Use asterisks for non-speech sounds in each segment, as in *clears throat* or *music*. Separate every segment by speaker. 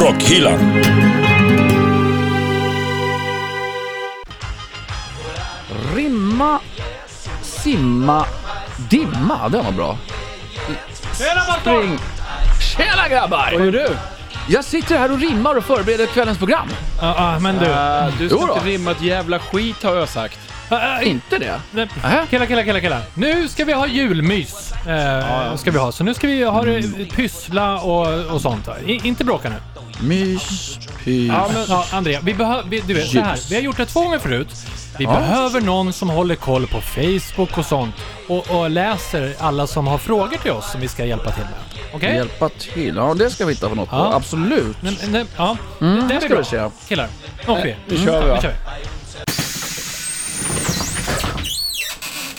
Speaker 1: Rockhyllan.
Speaker 2: Rimma, simma, dimma. Den var bra. Spring. Tjena grabbar!
Speaker 3: Vad gör du?
Speaker 2: Jag sitter här och rimmar och förbereder kvällens program.
Speaker 3: Ja, ah, men du.
Speaker 4: Eh, du
Speaker 2: Jo
Speaker 4: ska
Speaker 2: då.
Speaker 4: inte rimma ett jävla skit har jag sagt.
Speaker 3: Ah, ah,
Speaker 2: Inte det?
Speaker 3: nej.
Speaker 2: Nähä?
Speaker 3: Killar, killar, killar, killar. Nu ska vi ha julmys. Eh, ska vi ha. Så nu ska vi ha det, pyssla och, och sånt. I, inte bråka nu.
Speaker 2: Mys, pys.
Speaker 3: Ja, men, ja, Andrea, vi behöver... Du vet, så här. Vi har gjort det två gånger förut. Vi behöver någon som håller koll på Facebook och sånt och, och läser alla som har frågor till oss som vi ska hjälpa till med. Okej?
Speaker 2: Hjälpa till. Ja, det ska vi hitta på något på.
Speaker 3: Ja.
Speaker 2: Absolut.
Speaker 3: Nej, men- nej, ja. det
Speaker 2: Mm, det
Speaker 3: är
Speaker 2: ska
Speaker 3: bra.
Speaker 2: vi se.
Speaker 3: Killar, upp vi.
Speaker 4: Nu kör vi
Speaker 3: Nu
Speaker 4: va?
Speaker 3: kör vi.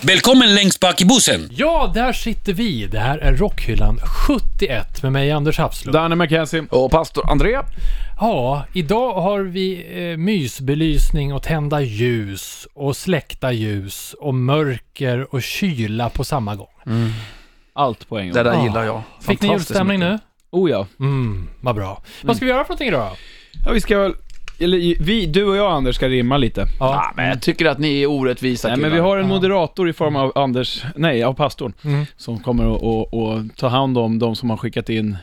Speaker 1: Välkommen längst bak i bussen.
Speaker 3: Ja, där sitter vi. Det här är Rockhyllan 71 med mig Anders Hafslund.
Speaker 4: Danne McKenzie.
Speaker 2: Och pastor André.
Speaker 3: Ja, idag har vi eh, mysbelysning och tända ljus och släckta ljus och mörker och kyla på samma gång.
Speaker 4: Allt på en
Speaker 2: Det
Speaker 4: gång.
Speaker 2: där
Speaker 3: Ja.
Speaker 2: gillar jag.
Speaker 3: Fick ni
Speaker 2: Fantastiskt
Speaker 3: julstämning
Speaker 2: mycket.
Speaker 3: nu?
Speaker 4: Oh ja.
Speaker 3: Mm, vad bra. Vad ska vi göra för någonting idag då?
Speaker 4: ja. Vi ska väl... Eller vi, du och jag Anders ska rimma lite.
Speaker 3: Ja.
Speaker 2: Ja, men jag tycker att ni är orättvisa
Speaker 4: Nej men vi
Speaker 2: killar.
Speaker 4: har en moderator i form av Anders, nej av pastorn,
Speaker 3: Mm.
Speaker 4: som kommer att- att att ta hand om de som har skickat in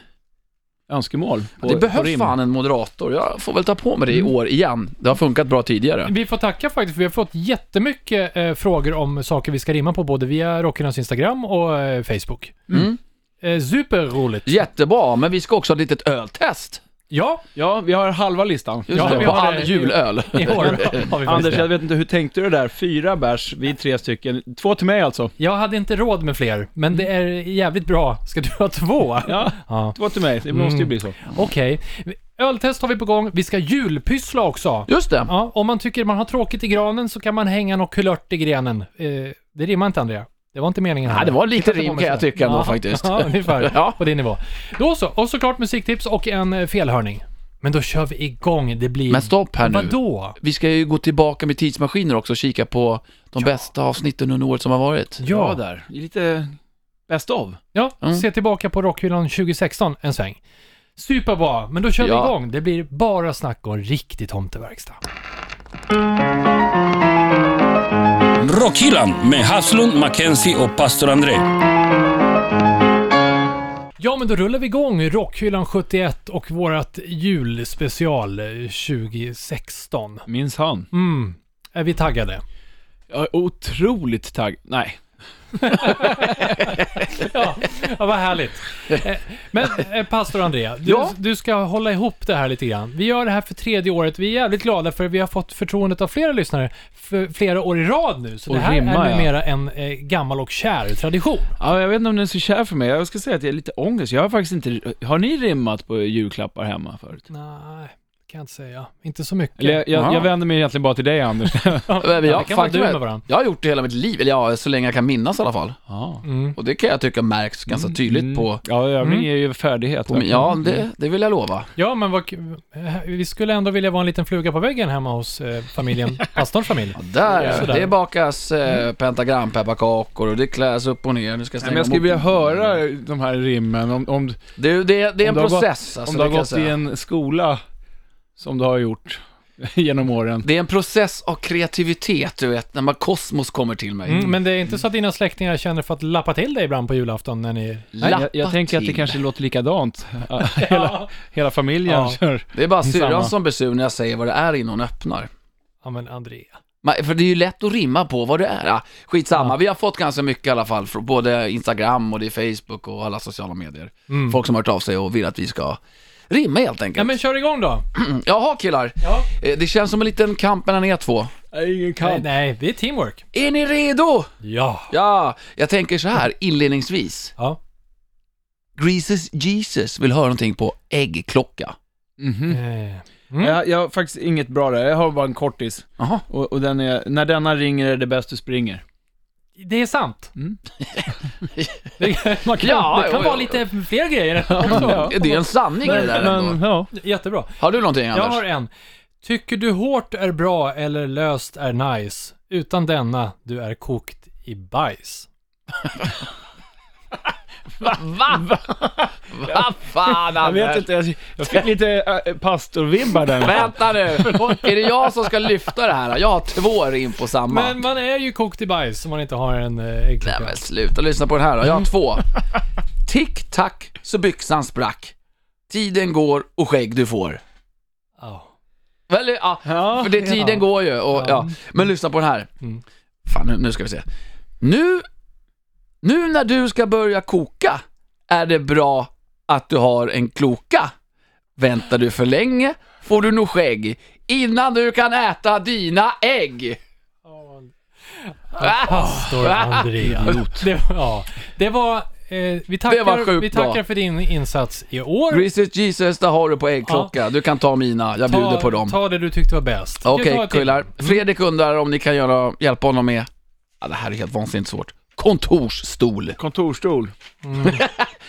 Speaker 4: önskemål. På,
Speaker 2: Det
Speaker 4: på
Speaker 2: behövs
Speaker 4: rim.
Speaker 2: fan en moderator. Jag får väl ta på mig
Speaker 3: Mm.
Speaker 2: det i år igen. Det har funkat bra tidigare.
Speaker 3: Vi får tacka faktiskt, för vi har fått jättemycket eh, frågor om saker vi ska rimma på både via Rockhyllans Instagram och eh, Facebook.
Speaker 2: Mm.
Speaker 3: Eh, superroligt.
Speaker 2: Jättebra, men vi ska också ha ett litet öltest.
Speaker 3: Ja,
Speaker 4: Ja, vi har halva listan.
Speaker 2: Just
Speaker 3: Ja,
Speaker 2: det,
Speaker 3: vi
Speaker 2: på
Speaker 3: har
Speaker 2: all
Speaker 3: det.
Speaker 2: julöl. *laughs*
Speaker 3: i år har vi faktiskt
Speaker 4: Anders,
Speaker 3: det.
Speaker 4: jag vet inte, hur tänkte du det där? Fyra bärs, vi är tre stycken. Två till mig alltså.
Speaker 3: Jag hade inte råd med fler, men det
Speaker 2: Mm.
Speaker 3: är jävligt bra. Ska du ha två?
Speaker 4: Ja,
Speaker 3: Ja. Mm.
Speaker 4: två till mig. Det måste ju bli så.
Speaker 3: Okej. Öltest har vi på gång. Vi ska julpyssla också.
Speaker 2: Just det.
Speaker 3: Ja, om man tycker man har tråkigt i granen så kan man hänga något kulört i grenen. Eh, det rimmar inte, Andrea. Det var inte meningen.
Speaker 2: Ja, det var lite
Speaker 3: Titta på
Speaker 2: rim
Speaker 3: mig
Speaker 2: kan jag
Speaker 3: sådär.
Speaker 2: tycka ändå
Speaker 3: ja,
Speaker 2: faktiskt.
Speaker 3: *laughs* Ja, ungefär.
Speaker 2: *laughs* Ja.
Speaker 3: På din nivå. Då så. Och såklart musiktips och en eh, felhörning. Men då kör vi igång. Det blir...
Speaker 2: Men stopp här nu.
Speaker 3: Vadå?
Speaker 2: Vi ska ju gå tillbaka med tidsmaskiner också och kika på de bästa avsnitten under året som har varit.
Speaker 3: Ja.
Speaker 4: Ja, där. Lite bäst av.
Speaker 3: Ja,
Speaker 2: Mm.
Speaker 3: se tillbaka på Rockhyllan 2016 en sväng. Superbra, men då kör vi
Speaker 2: Ja.
Speaker 3: igång. Det blir bara snack och riktig tomteverkstad.
Speaker 1: Rockhyllan med Haslund, Mackenzie och pastor André.
Speaker 3: Ja, men då rullar vi igång Rockhyllan 71 och vårat julspecial eh, 2016.
Speaker 4: Minns han.
Speaker 3: Mm, är vi taggade?
Speaker 4: Jag är otroligt tagg... Nej.
Speaker 3: Ja, ja vad härligt. Eh, Men eh, pastor Andrea, du,
Speaker 2: Ja?
Speaker 3: du ska hålla ihop det här lite grann. Vi gör det här för tredje året. Vi är jävligt glada för vi har fått förtroendet av flera lyssnare för flera år i rad nu. Så
Speaker 4: Och
Speaker 3: det här
Speaker 4: rimma,
Speaker 3: är
Speaker 4: ja.
Speaker 3: numera en eh, gammal och kär tradition.
Speaker 4: Ja, jag vet inte om den är så kär för mig. Jag ska säga att jag är lite ångest. Jag har faktiskt inte... Har ni rimmat på julklappar hemma förut?
Speaker 3: Nej, kan jag inte säga. Inte så mycket.
Speaker 4: Eller jag, jag, jag vänder mig egentligen bara till
Speaker 2: *laughs*
Speaker 4: dig Anders.
Speaker 2: Men
Speaker 3: Ja, det kan vara
Speaker 2: faktum
Speaker 3: du
Speaker 2: är-
Speaker 3: med varandra.
Speaker 2: jag har gjort det hela mitt liv, eller ja, så länge jag kan minnas i alla fall.
Speaker 4: Ja,
Speaker 3: Mm.
Speaker 2: Och det kan jag tycka märks ganska
Speaker 4: Mm.
Speaker 2: tydligt på, Mm.
Speaker 4: ja övning är ju färdighet. Mm.
Speaker 2: på min, ja det, det vill jag lova.
Speaker 3: Ja, men vad, kul. Eh, vi skulle ändå vilja vara en liten fluga på väggen hemma hos eh, *laughs* familjen, pastorns familj.
Speaker 2: Där,
Speaker 3: Sådär.
Speaker 2: det bakas eh, pentagrampepparkakor och det kläs upp och ner. Nu ska jag
Speaker 4: Nej,
Speaker 2: stänga
Speaker 4: men jag skulle
Speaker 2: mot-
Speaker 4: vilja höra de här rimmen om, om, om
Speaker 2: Du, det, det är en
Speaker 4: Om du har gått-
Speaker 2: process alltså,
Speaker 4: du har
Speaker 2: det kan jag
Speaker 4: gått i
Speaker 2: säga.
Speaker 4: en skola som du har gjort *laughs* genom åren.
Speaker 2: Det är en process av kreativitet, du vet, när man kosmos kommer till mig.
Speaker 3: Mm, men det är inte så att dina släktingar känner för att lappa till dig ibland på julafton när ni...
Speaker 4: Nej, jag,
Speaker 2: Lappa
Speaker 4: jag tänker att det
Speaker 2: till.
Speaker 4: kanske
Speaker 2: *laughs*
Speaker 4: låter likadant. hela, hela familjen
Speaker 3: Ja.
Speaker 4: kör.
Speaker 2: Det är bara syrran
Speaker 4: Samma.
Speaker 2: som blir sur när jag säger vad det är innan hon öppnar.
Speaker 3: *laughs* Ja, men Andrea.
Speaker 2: Man- För det är ju lätt att rimma på vad det är. Ah, skitsamma, vi har fått ganska mycket i alla fall från både Instagram och det är Facebook och alla sociala medier.
Speaker 3: Mm.
Speaker 2: Folk som har hört av sig och vill att vi ska rimma helt enkelt. Mm.
Speaker 3: Ja, men kör igång då.
Speaker 2: Jaha killar,
Speaker 3: Ja.
Speaker 2: Eh, det känns som en liten kamp mellan er två.
Speaker 4: Ingen
Speaker 3: Nej, nej, det är teamwork.
Speaker 2: Är ni redo?
Speaker 3: Ja.
Speaker 2: Ja, jag tänker så här inledningsvis.
Speaker 3: Ja.
Speaker 2: Greases Jesus vill höra någonting på äggklocka.
Speaker 3: Eh, Mm.
Speaker 4: Jag, jag har faktiskt inget bra där. Jag har bara en kortis.
Speaker 2: Jaha.
Speaker 4: Och, och den är, när denna ringer är det bäst du springer.
Speaker 3: Det är sant.
Speaker 4: Mm.
Speaker 3: *laughs* Det, man kan,
Speaker 2: Ja,
Speaker 3: det kan
Speaker 2: jo,
Speaker 3: vara
Speaker 2: jo.
Speaker 3: lite fler grejer.
Speaker 4: Ja.
Speaker 2: *laughs* Det är en sanning det där
Speaker 4: Men,
Speaker 2: ändå.
Speaker 4: ja.
Speaker 3: Jättebra.
Speaker 2: Har du någonting
Speaker 3: Jag
Speaker 2: Anders?
Speaker 3: har en. Tycker du hårt är bra eller löst är nice. Utan denna, du är kokt i bajs.
Speaker 2: Va? Va? *laughs* Va Ah, fan
Speaker 4: Jag vet
Speaker 2: Anders?
Speaker 4: inte, jag, jag fick lite äh, pastorvibbar där.
Speaker 2: Vänta nu. Är det jag som ska lyfta det här? då? Jag har två rim på samma.
Speaker 3: Men man är ju kokt i bajs om man inte har en eh, äggklocka.
Speaker 2: Nej men sluta lyssna på den här då.
Speaker 3: Mm.
Speaker 2: Jag har två. Tick tack så byxan sprack. Tiden går och skägg du får.
Speaker 3: Ja.
Speaker 2: Eller, ja,
Speaker 4: Ja,
Speaker 2: för det, tiden
Speaker 3: ja.
Speaker 2: går ju. Och, ja. Men lyssna på den här.
Speaker 3: Mm.
Speaker 2: Fan, nu, nu ska vi se. Nu, nu när du ska börja koka är det bra att du har en kloka. Väntar du för länge får du nog skägg innan du kan äta dina ägg.
Speaker 3: Pastor Andreas. Ah. Det, ja, det var... Eh, vi tackar,
Speaker 2: Det var sjukt
Speaker 3: vi tackar
Speaker 2: bra.
Speaker 3: för din insats i år.
Speaker 2: Research Jesus, där har du på äggklocka. Du kan ta mina, jag bjuder på dem.
Speaker 3: Ta det du tyckte var bäst.
Speaker 2: Okej,
Speaker 3: Vi tar ett till.
Speaker 2: kullar. Fredrik undrar om ni kan göra, hjälpa honom med... Ja, det här är helt vansinnigt svårt. Kontorsstol.
Speaker 4: Kontorstol.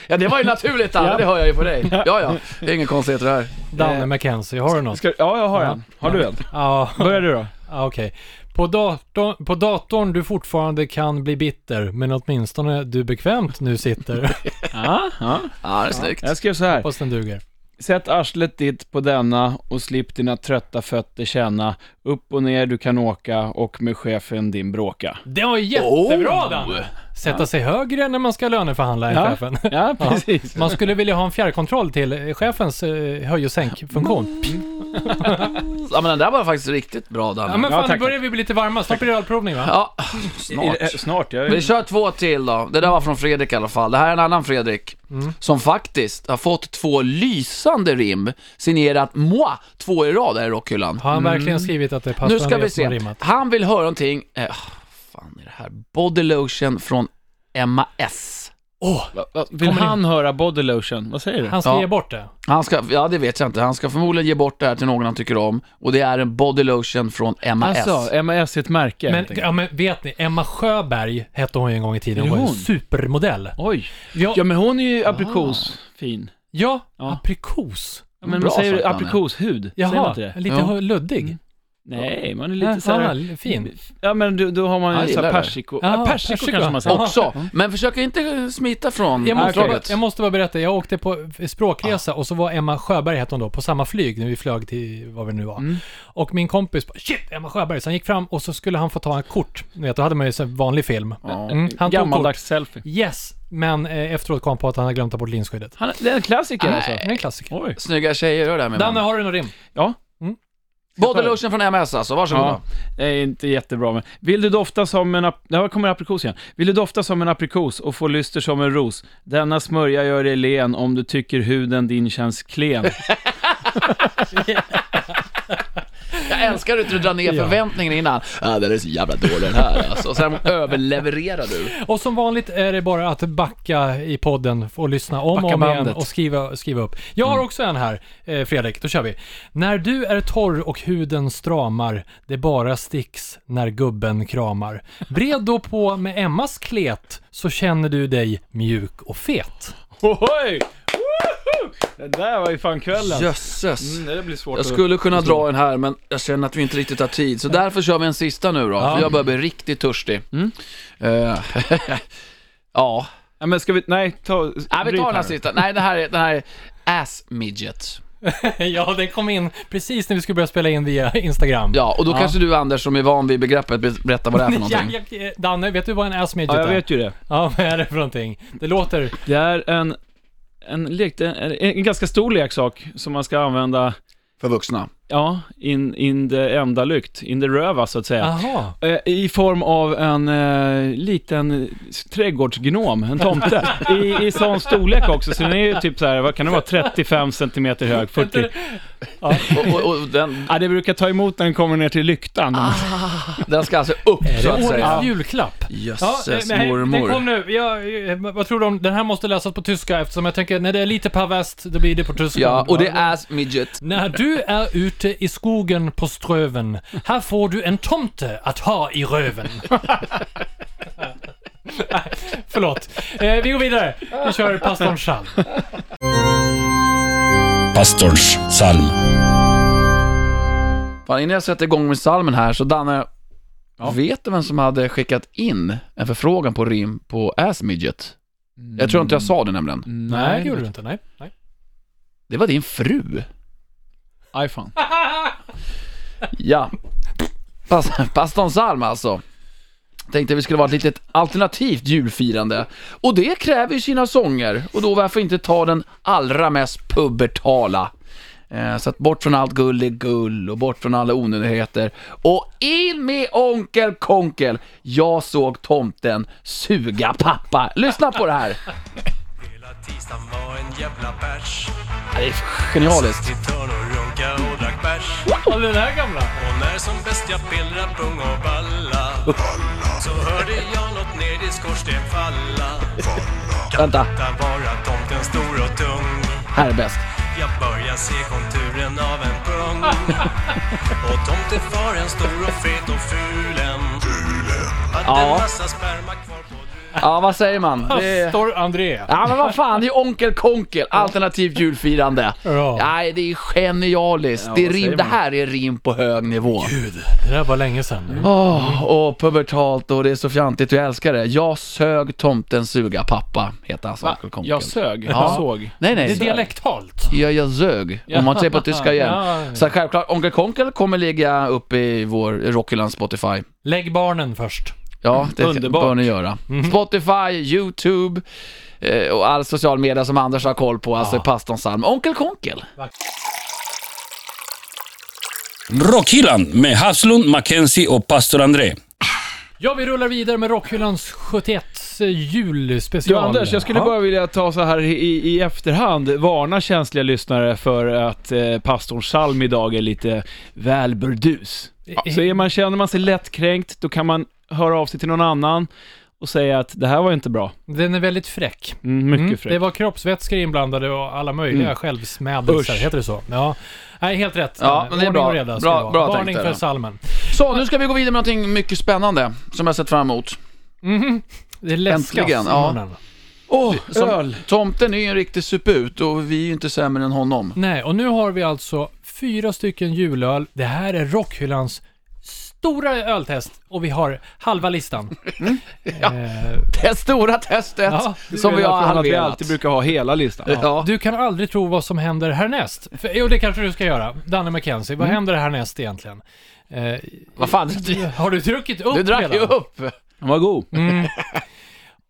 Speaker 2: Ja, det var ju naturligt Anna, det hör jag ju på dig. Ja, ja, det är ingen konstigheter här.
Speaker 3: Danne McKenzie, har du något?
Speaker 4: Ska, ja, jag har en. Har du en?
Speaker 3: Ja, *laughs*
Speaker 4: Börjar du då.
Speaker 3: ja, okej. På, datorn, på datorn du fortfarande kan bli bitter, men åtminstone du bekvämt
Speaker 2: *laughs*
Speaker 3: nu sitter.
Speaker 4: Ja, ja.
Speaker 2: Ja, det är snyggt.
Speaker 4: *laughs* Jag skrev så här.
Speaker 3: Hoppas den duger.
Speaker 4: Sätt arslet ditt på denna och slipp dina trötta fötter känna. Upp och ner du kan åka och med chefen din bråka.
Speaker 3: Det var
Speaker 2: Oh.
Speaker 3: jättebra Danne! Sätta sig högre när man ska löneförhandla än chefen.
Speaker 4: *laughs* ja
Speaker 2: *laughs*
Speaker 4: precis.
Speaker 3: Man skulle vilja ha en fjärrkontroll till eh, chefens eh, höj och sänkfunktion.
Speaker 2: Ja, men den där var faktiskt riktigt bra
Speaker 3: Ja
Speaker 2: Danne.
Speaker 3: men fan,
Speaker 4: tack,
Speaker 3: nu börjar vi bli lite varma. Snart blir det ölprovning va?
Speaker 2: Ja,
Speaker 4: Snart.
Speaker 2: snart.
Speaker 4: Snart, jag
Speaker 2: Vi kör två till då. Det där var från Fredrik i alla fall. Det här är en annan Fredrik. Som faktiskt har fått två lysande rim signerat moi, två i rad här i rockhyllan.
Speaker 3: Har
Speaker 4: Mm.
Speaker 3: han verkligen skrivit att det är pastor
Speaker 2: Nu ska vi
Speaker 3: Andreas som har
Speaker 2: se.
Speaker 3: rimmat?
Speaker 2: Han vill höra någonting. Eh, ah, fan är det här? Body lotion från Emma S.
Speaker 4: Va- va- Vill han höra body lotion? Vad säger du?
Speaker 3: Han ska
Speaker 2: Ja.
Speaker 3: ge bort det.
Speaker 2: Han ska, ja det vet jag inte, han ska förmodligen ge bort det här till någon han tycker om. Och det är en body lotion från Emma S.
Speaker 3: eh,
Speaker 4: Alltså, MAS är ett märke.
Speaker 3: Men,
Speaker 4: helt enkelt.
Speaker 3: ja, men vet ni, Emma Sjöberg hette hon ju en gång i tiden. Hon var
Speaker 4: Är det
Speaker 3: ju
Speaker 4: hon?
Speaker 3: supermodell.
Speaker 4: Oj.
Speaker 3: Ja,
Speaker 4: Ja men hon är ju aprikosfin.
Speaker 3: ja,
Speaker 4: Ja.
Speaker 3: aprikos.
Speaker 4: Ja, men
Speaker 2: Bra
Speaker 4: vad säger du?
Speaker 2: sagt, Danne.
Speaker 4: Aprikoshud? Säger man
Speaker 3: Jaha,
Speaker 4: inte det? Mm.
Speaker 3: lite
Speaker 2: Ja.
Speaker 3: luddig.
Speaker 4: Nej, man är
Speaker 3: Ja,
Speaker 4: lite så här...
Speaker 3: fan, fin.
Speaker 4: Ja men du, då har man
Speaker 2: Jag
Speaker 4: ju så här
Speaker 2: gillar det.
Speaker 4: persiko...
Speaker 3: Ja,
Speaker 4: Ja, persiko,
Speaker 3: persiko.
Speaker 4: kanske man säger.
Speaker 3: Ja.
Speaker 2: Också, men försök inte eh, smita från
Speaker 3: Jag måste,
Speaker 4: okej.
Speaker 3: bara,
Speaker 4: Ah.
Speaker 2: uppdraget.
Speaker 3: jag måste bara berätta, jag åkte på språkresa och så var Emma Sjöberg, hette hon då, på samma flyg när vi flög till vad vi nu var.
Speaker 4: Mm.
Speaker 3: Och min kompis bara, shit, Emma Sjöberg, så han gick fram och så skulle han få ta en kort. Ni vet, då hade man ju så här vanlig film. Mm, Han tog kort.
Speaker 4: Gammaldags selfie.
Speaker 3: Yes, men eh, efteråt kom han på att han hade glömt ta bort linskyddet.
Speaker 4: Han, det är en klassiker alltså.
Speaker 3: Det är en klassiker.
Speaker 4: Oj.
Speaker 2: Snygga tjejer, hör det här med
Speaker 3: Danne,
Speaker 2: mig.
Speaker 3: har du något rim?
Speaker 4: Ja.
Speaker 2: Body lotion från Emma S alltså, varsågoda.
Speaker 4: Ja, det är inte jättebra men... Vill du dofta som en... ap- Där kommer aprikos igen. Vill du dofta som en aprikos och få lyster som en ros? Denna smörja gör dig len om du tycker huden din känns klen.
Speaker 2: Jag älskar hur du drar ner
Speaker 3: Ja.
Speaker 2: förväntningen innan. Ja, den är så jävla dålig den här alltså. Och sen överlevererar du.
Speaker 3: Och som vanligt är det bara att backa i podden och lyssna om
Speaker 4: Backa
Speaker 3: och om igen
Speaker 4: bandet. Mm.
Speaker 3: och skriva, skriva upp. Jag har också en här, eh, Fredrik, då kör vi. När du är torr och huden stramar, det bara sticks när gubben kramar. Bred då på med Emmas klet, så känner du dig mjuk och fet.
Speaker 4: *laughs*
Speaker 3: *laughs*
Speaker 4: Ohoj! Woho! Det där var ju fan kvällen.
Speaker 2: Jösses.
Speaker 4: Mm, det blir svårt
Speaker 2: Jag skulle kunna dra en här, men jag känner att vi inte riktigt har tid. Så därför kör vi en sista nu då,
Speaker 3: Ja.
Speaker 2: för jag börjar bli riktigt törstig. Eh, *laughs* ja,
Speaker 4: att... Ja, men ska vi... Nej, ta...
Speaker 2: Nej, vi
Speaker 4: bryt
Speaker 2: tar den här
Speaker 4: här.
Speaker 2: sista. Nej, det här är, den här är ass midget.
Speaker 3: ja, den kom in precis när vi skulle börja spela in via Instagram.
Speaker 2: Ja, och då kanske du Anders som är van vid begreppet be- berättar vad det är *laughs* för någonting.
Speaker 3: *laughs* Ja, jag, eh, Danne, vet du vad en ass midget
Speaker 4: Ja, jag
Speaker 3: är?
Speaker 4: vet ju det.
Speaker 3: Ja, *laughs* vad är det för någonting? Det låter...
Speaker 4: Det är en... En, lek, en, en ganska stor leksak som man ska använda,
Speaker 2: För vuxna.
Speaker 4: ja, in, in the enda lykt, in the röva så att säga.
Speaker 3: Aha.
Speaker 4: Eh, I form av en eh, liten trädgårdsgnom, en tomte. I, I sån storlek också, så den är ju typ så här, vad kan det vara, 35 centimeter hög, 40.
Speaker 2: Och, och, och den,
Speaker 4: Ja, det brukar ta emot när den kommer ner till lyktan.
Speaker 2: den ska alltså upp
Speaker 3: Är
Speaker 2: så
Speaker 3: det
Speaker 2: att säga.
Speaker 3: årets julklapp?
Speaker 2: Jösses
Speaker 3: nej, Den kom
Speaker 2: mormor.
Speaker 3: nu. Jag, eh, vad tror du om, den här måste läsas på tyska eftersom jag tänker när det är lite perverst, då blir det på tyska.
Speaker 2: Ja, och det är ass midget.
Speaker 3: När du är ute i skogen på Ströven, här får du en tomte att ha i röven. *laughs* Nej, Förlåt. Eh, vi går vidare. Vi kör pastorn Schall.
Speaker 1: Pastorns psalm.
Speaker 2: Fan, innan jag sätter igång med salmen här så Danne, vet du vem som hade skickat in en förfrågan på rim på ass midget? Jag tror inte jag sa det nämligen.
Speaker 3: Nej, det gjorde du inte. Nej. Nej.
Speaker 2: Det var din fru.
Speaker 4: Aj fan.
Speaker 2: Ja. Pas, pastorn Salm alltså. Tänkte vi skulle vara ett litet alternativt julfirande. Och det kräver ju sina sånger. Och då varför inte ta den allra mest pubertala? Eh, Så att bort från allt gull är gull och bort från alla onödigheter. Och in med onkel Konkel! Jag såg tomten suga pappa. Lyssna på det här!
Speaker 5: Hela tisdagen var en jävla bärs.
Speaker 2: Det är genialiskt.
Speaker 5: Till törn och runka och drack bärs.
Speaker 3: Ja, den här gamla.
Speaker 5: Och när som bäst jag pillrade pung och balla. Så hörde jag något ned i skorsten falla.
Speaker 2: Vänta,
Speaker 5: Där var tomten stor och tung.
Speaker 2: här är bäst.
Speaker 5: Jag börjar se konturen av en
Speaker 2: *laughs*
Speaker 5: pung. Och tomtefaren stor och fet och fulen. Hade en
Speaker 2: Ja.
Speaker 5: massa sperma kvar på druvan.
Speaker 2: Ja, vad säger man? Det...
Speaker 3: Pastor André.
Speaker 2: Ja men vad fan, det är Onkel Konkel, alternativt julfirande.
Speaker 3: Ja.
Speaker 2: Nej, det är genialiskt. det, är
Speaker 4: vad säger
Speaker 2: rim, det
Speaker 4: man?
Speaker 2: här är rim på hög nivå.
Speaker 3: Det där var länge
Speaker 2: Mm.
Speaker 3: sedan.
Speaker 2: Åh, och pubertalt och det är så fjantigt och jag älskar det. Jag sög tomten suga pappa, heter alltså Onkel Konkel.
Speaker 4: Jag sög.
Speaker 2: Ja.
Speaker 4: Jag såg.
Speaker 2: Nej,
Speaker 3: Det
Speaker 2: nej.
Speaker 3: är dialektalt.
Speaker 2: Ja, jag sög. Om man säger på tyska igen.
Speaker 3: Ja, ja.
Speaker 2: Så självklart, Onkel Konkel kommer ligga uppe i vår Rockyland Spotify.
Speaker 3: Lägg barnen först.
Speaker 2: Ja, det
Speaker 4: Underbart.
Speaker 2: bör ni göra. Spotify, YouTube eh, och all social media som Anders har koll på, alltså pastorn Salm. Onkel Konkel.
Speaker 1: Rockhyllan med Haslund, Mackenzie och pastor André.
Speaker 3: Ja, vi rullar vidare med Rockhyllans 71 julspecial.
Speaker 4: Du Anders, jag skulle
Speaker 3: Ja.
Speaker 4: bara vilja ta så här i, i efterhand, varna känsliga lyssnare för att eh, pastorns psalm idag är lite väl burdus. Så är man, känner man sig lättkränkt, då kan man höra av sig till någon annan och säga att det här var inte bra.
Speaker 3: Den är väldigt fräck.
Speaker 4: Mm, mycket
Speaker 3: Mm, Det
Speaker 4: fräckt.
Speaker 3: var kroppsvätskor inblandade och alla möjliga
Speaker 2: Mm.
Speaker 3: självsmädelser,
Speaker 4: Usch.
Speaker 3: heter det så? Ja. Nej, helt rätt.
Speaker 2: Ja, men det är
Speaker 3: Ordning
Speaker 2: bra.
Speaker 3: och reda ska
Speaker 2: Bra-
Speaker 3: det vara.
Speaker 2: bra tänkt
Speaker 3: Varning
Speaker 2: där,
Speaker 3: för
Speaker 2: ja.
Speaker 3: salmen.
Speaker 2: Så, nu ska vi gå vidare med någonting mycket spännande som jag sett fram emot.
Speaker 3: Det läskas
Speaker 2: Äntligen,
Speaker 3: i
Speaker 2: ja.
Speaker 3: munnen.
Speaker 2: Oh, som,
Speaker 4: öl.
Speaker 2: Tomten är ju en riktig suput och vi är ju inte sämre än honom. *laughs*
Speaker 3: Nej, och nu har vi alltså fyra stycken julöl. Det här är Rockhyllans stora öltest och vi har halva listan. Eh,
Speaker 2: Det stora testet
Speaker 3: Ja,
Speaker 2: som vi har
Speaker 4: Från att vi
Speaker 2: halverat.
Speaker 4: alltid brukar ha hela listan.
Speaker 2: Ja.
Speaker 3: Du kan aldrig tro vad som händer härnäst. För, jo, det kanske du ska göra. Danne McKenzie,
Speaker 2: Mm.
Speaker 3: vad händer härnäst egentligen? Eh,
Speaker 2: Vad fan, du,
Speaker 3: *laughs* har du druckit upp
Speaker 2: du drack
Speaker 3: redan?
Speaker 2: ju upp.
Speaker 4: Den var god.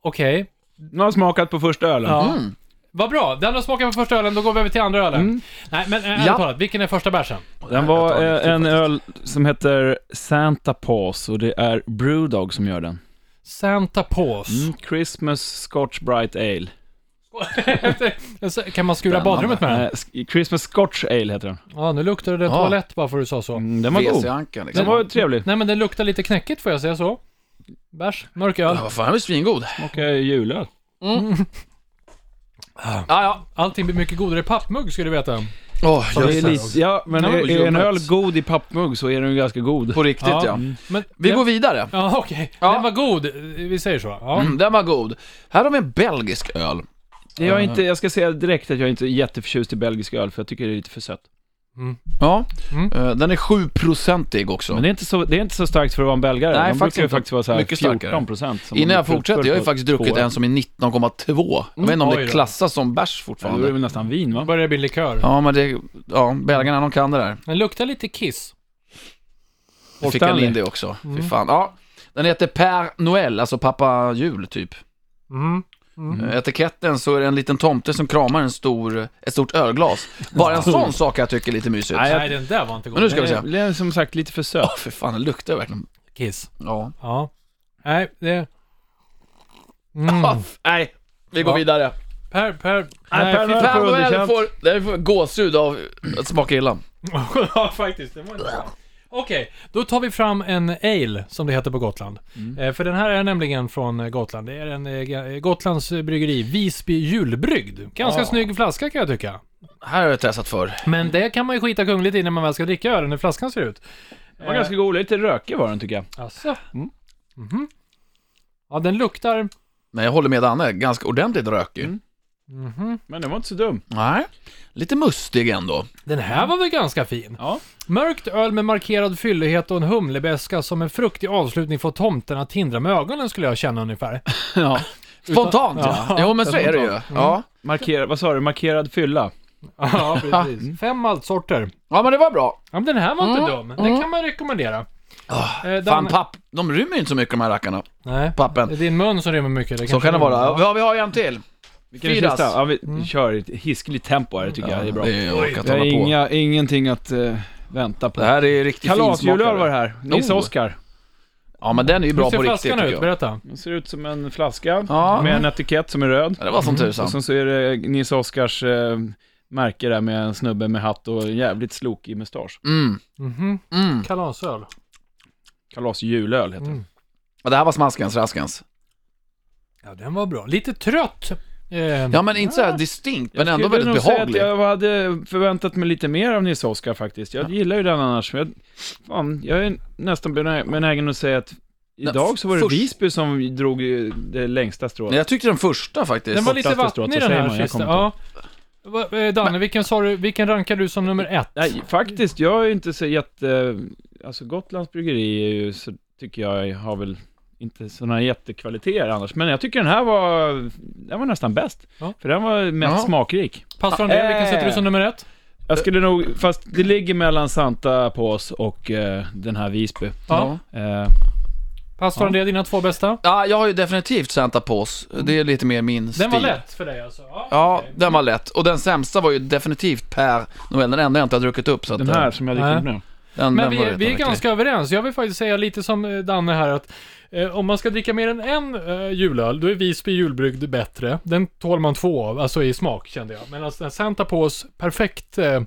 Speaker 3: Okej.
Speaker 4: Nu har jag smakat på första ölen.
Speaker 3: Ja. Vad bra. Den har smakat på första ölen, då går vi över till andra ölen. Nej, men eh, ärligt
Speaker 2: Mm. Ja.
Speaker 3: talat, vilken är första bärsen?
Speaker 4: Den
Speaker 2: Jag
Speaker 4: var
Speaker 2: tar lite
Speaker 4: eh, en
Speaker 2: faktiskt.
Speaker 4: öl som heter Santa Paws och det är Brewdog som gör den.
Speaker 3: Santa Paws.
Speaker 4: Mm, Christmas Scotch Bright Ale.
Speaker 3: kan man skura
Speaker 2: Spännande.
Speaker 3: badrummet med den?
Speaker 4: Eh, sk- Christmas Scotch Ale heter den.
Speaker 3: Ja, nu luktar det
Speaker 2: Ja.
Speaker 3: toalett bara för att du sa så.
Speaker 4: Mm, den var god.
Speaker 2: WC-ankan
Speaker 4: Den
Speaker 2: liksom.
Speaker 4: var trevlig.
Speaker 3: Nej, men den luktar lite knäckigt, får jag säga så? Bärs, mörk öl.
Speaker 2: Ja, vad fan, den var svingod.
Speaker 4: Och eh, julöl.
Speaker 2: Ja, ja.
Speaker 3: Allting blir mycket godare i pappmugg, ska du veta.
Speaker 2: Åh,
Speaker 4: Det är
Speaker 2: just det.
Speaker 4: lite, ja, men
Speaker 2: Den var
Speaker 4: är, är
Speaker 2: god,
Speaker 4: en öl
Speaker 2: Jonas.
Speaker 4: god i pappmugg så är den ju ganska god.
Speaker 2: På riktigt
Speaker 3: Ja.
Speaker 2: ja.
Speaker 3: Men,
Speaker 2: Vi går vidare.
Speaker 3: Ja, okej.
Speaker 2: Ja.
Speaker 3: Den var god. Vi säger så. Ja.
Speaker 2: Mm, den var god. Här har vi en belgisk öl.
Speaker 4: Jag, är inte, jag ska säga direkt att jag inte är jätteförtjust i belgisk öl för jag tycker det är lite för sött.
Speaker 2: Ja,
Speaker 3: Mm.
Speaker 2: eh, den är 7-procentig också.
Speaker 4: Men det är inte så, det är inte så starkt för att vara en belgare.
Speaker 2: Nej, faktiskt
Speaker 4: de brukar ju
Speaker 2: inte.
Speaker 4: faktiskt vara så här
Speaker 2: Mycket starkare.
Speaker 4: 14 procent.
Speaker 2: Innan jag fortsätter, jag har ju faktiskt druckit en som är 19,2. Jag vet inte om
Speaker 3: Oj
Speaker 2: det
Speaker 3: då.
Speaker 2: klassas som bärs
Speaker 4: Ja, då är det
Speaker 2: fortfarande.
Speaker 4: väl nästan vin va?
Speaker 3: Börjar bli likör.
Speaker 2: Ja, men det, ja, belgarna de kan det där.
Speaker 3: Den luktar lite kiss.
Speaker 2: Det fick jag
Speaker 4: Stanley.
Speaker 2: in det också. Fy fan. Ja. Den heter Per Noël, alltså pappa jul typ.
Speaker 3: Mm.
Speaker 2: Eh, Etiketten så är det en liten tomte som kramar en stor, ett stort ölglas. Bara en sån sak jag tycker är lite mysigt.
Speaker 4: Nej, jag-
Speaker 3: Nej, den där var inte god.
Speaker 2: Men nu ska vi se.
Speaker 4: Det är som sagt lite för söt.
Speaker 2: Åh, för fan, den luktar verkligen.
Speaker 3: Kiss.
Speaker 2: Ja.
Speaker 3: Ja. Nej, det... Mm.
Speaker 2: Ah, Nej, vi går
Speaker 3: Ja.
Speaker 2: vidare.
Speaker 3: Per, Per...
Speaker 4: Nej, Per-
Speaker 3: fy-
Speaker 4: Den
Speaker 2: Per
Speaker 4: får
Speaker 2: Noël
Speaker 4: underkänt.
Speaker 2: får, den får gåshud av att smaka illa.
Speaker 3: *laughs* ja, faktiskt. Det var inte bra. Okej, då tar vi fram en ale, som det heter på Gotland.
Speaker 4: Mm.
Speaker 3: Eh, för den här är nämligen från eh, Gotland. Det är en eh, Ga- Gotlands eh, bryggeri, Visby julbryggd. Ganska snygg flaska kan jag tycka.
Speaker 2: Här har jag testat förr.
Speaker 3: Men det kan man ju skita kungligt i när man väl ska dricka ölen, hur flaskan ser ut.
Speaker 4: Den var ganska god, lite rökig var den tycker jag.
Speaker 3: Alltså. Mhm. Ja, den luktar...
Speaker 2: Men jag håller med Danne, ganska ordentligt rökig.
Speaker 3: Mhm.
Speaker 4: Men den var inte så dum.
Speaker 2: Nej, lite mustig ändå.
Speaker 3: Den här var väl ganska fin?
Speaker 4: Ja.
Speaker 3: Mörkt öl med markerad fyllighet och en humlebeska som en fruktig avslutning får tomten att hindra med ögonen skulle jag känna ungefär.
Speaker 4: ja.
Speaker 2: Spontant ja.
Speaker 3: Ja,
Speaker 2: Jo men så är det ju.
Speaker 3: spontant. Mm.
Speaker 2: Ja.
Speaker 4: Markera, vad sa du? Markerad fylla.
Speaker 3: Ja, precis. *laughs* Fem maltsorter.
Speaker 2: ja men det var bra.
Speaker 3: Ja, men den här var inte
Speaker 2: Mm,
Speaker 3: dum. Den kan man rekommendera. Eh, den-
Speaker 2: Ah, Fan papp, de rymmer ju inte så mycket de här rackarna.
Speaker 3: Nej,
Speaker 2: Pappen.
Speaker 3: det är din mun som rymmer mycket.
Speaker 2: Så
Speaker 3: kanske
Speaker 2: kan det vara.
Speaker 3: Ja.
Speaker 2: Ja, vi har ju en till.
Speaker 4: Vilken är den
Speaker 2: Firas.
Speaker 4: sista? Ja, vi
Speaker 2: Mm.
Speaker 4: kör i ett hiskeligt tempo här, det tycker jag. Det är bra.
Speaker 2: Det är orkat
Speaker 4: Vi har
Speaker 2: hålla på.
Speaker 4: inga, ingenting att eh, vänta
Speaker 2: Det
Speaker 4: på.
Speaker 2: här är riktigt
Speaker 4: Kalasjulöl
Speaker 2: finsmakare.
Speaker 4: var det här. Nils
Speaker 2: Oh.
Speaker 4: Oskar.
Speaker 2: Ja men den är ju bra på
Speaker 3: Hur ser
Speaker 2: riktigt
Speaker 3: flaskan
Speaker 2: tycker
Speaker 3: ut?
Speaker 2: jag.
Speaker 3: Berätta.
Speaker 4: Den ser ut som en flaska
Speaker 2: Ja.
Speaker 4: med en etikett som är röd.
Speaker 2: Ja, Det var som tusan.
Speaker 4: Och sen så är det Nils Oskars eh, märke där med en snubbe med hatt och en jävligt slokig mustasch.
Speaker 2: Mm.
Speaker 3: Mhm.
Speaker 2: Mm.
Speaker 3: Kalasöl.
Speaker 4: Kalasjulöl heter det.
Speaker 3: Mm.
Speaker 2: Ja, det här var smaskens, raskens.
Speaker 3: Ja, den var bra. Lite trött. Eh,
Speaker 2: Ja men inte så här distinkt, men
Speaker 4: Jag
Speaker 2: ändå
Speaker 4: skulle
Speaker 2: väldigt
Speaker 4: nog säga
Speaker 2: behaglig.
Speaker 4: Att jag hade förväntat mig lite mer av Nils Oskar faktiskt. Jag gillar ju den annars. men Jag, fan, jag är nästan benä- benägen att säga att idag så var det
Speaker 2: först-
Speaker 4: Visby som drog eh, det längsta
Speaker 2: Men
Speaker 4: strået.
Speaker 2: jag tyckte den första faktiskt.
Speaker 3: Den var lite
Speaker 4: kortaste strået,
Speaker 3: vattnig
Speaker 4: så
Speaker 3: den
Speaker 4: säger
Speaker 3: här
Speaker 4: man, jag
Speaker 3: sista.
Speaker 4: kommer
Speaker 3: Ja. Va- eh, Danne, vilken, sa du, vilken rankar du som nummer ett?
Speaker 4: Nej, faktiskt. Jag är inte så jätte... Alltså Gotlands Bryggeri är ju, så tycker jag har väl inte sådana jättekvaliteter annars. Men jag tycker den här var, den var nästan bäst.
Speaker 3: Ja.
Speaker 4: För den var mest
Speaker 2: Ja.
Speaker 4: smakrik.
Speaker 3: Pastor André, vilken
Speaker 4: Eh.
Speaker 3: sätter du som nummer ett?
Speaker 4: Jag skulle nog, fast det ligger mellan Santa Pås och eh, den här Visby.
Speaker 3: Ja.
Speaker 2: Ja.
Speaker 4: Eh,
Speaker 3: Pastor André, dina två bästa?
Speaker 2: Ja, jag har ju definitivt Santa Paws. Det är lite mer min stil.
Speaker 3: Den var lätt för dig alltså? Ja,
Speaker 2: Ja,
Speaker 3: okej.
Speaker 2: den var lätt. Och den sämsta var ju definitivt Per Noel, den enda jag inte har druckit upp. Så att eh,
Speaker 4: den här som jag dricker
Speaker 3: Nej.
Speaker 4: upp nu.
Speaker 2: Den,
Speaker 3: Men
Speaker 2: den var
Speaker 3: vi,
Speaker 2: ju
Speaker 3: vi är
Speaker 2: verkligen.
Speaker 3: ganska överens. Jag vill faktiskt säga lite som eh, Danne här att eh, om man ska dricka mer än en eh, julöl, då är Visby julbrygd bättre. Den tål man två av, alltså i smak kände jag. Men alltså den Santa Paws, perfekt, eh,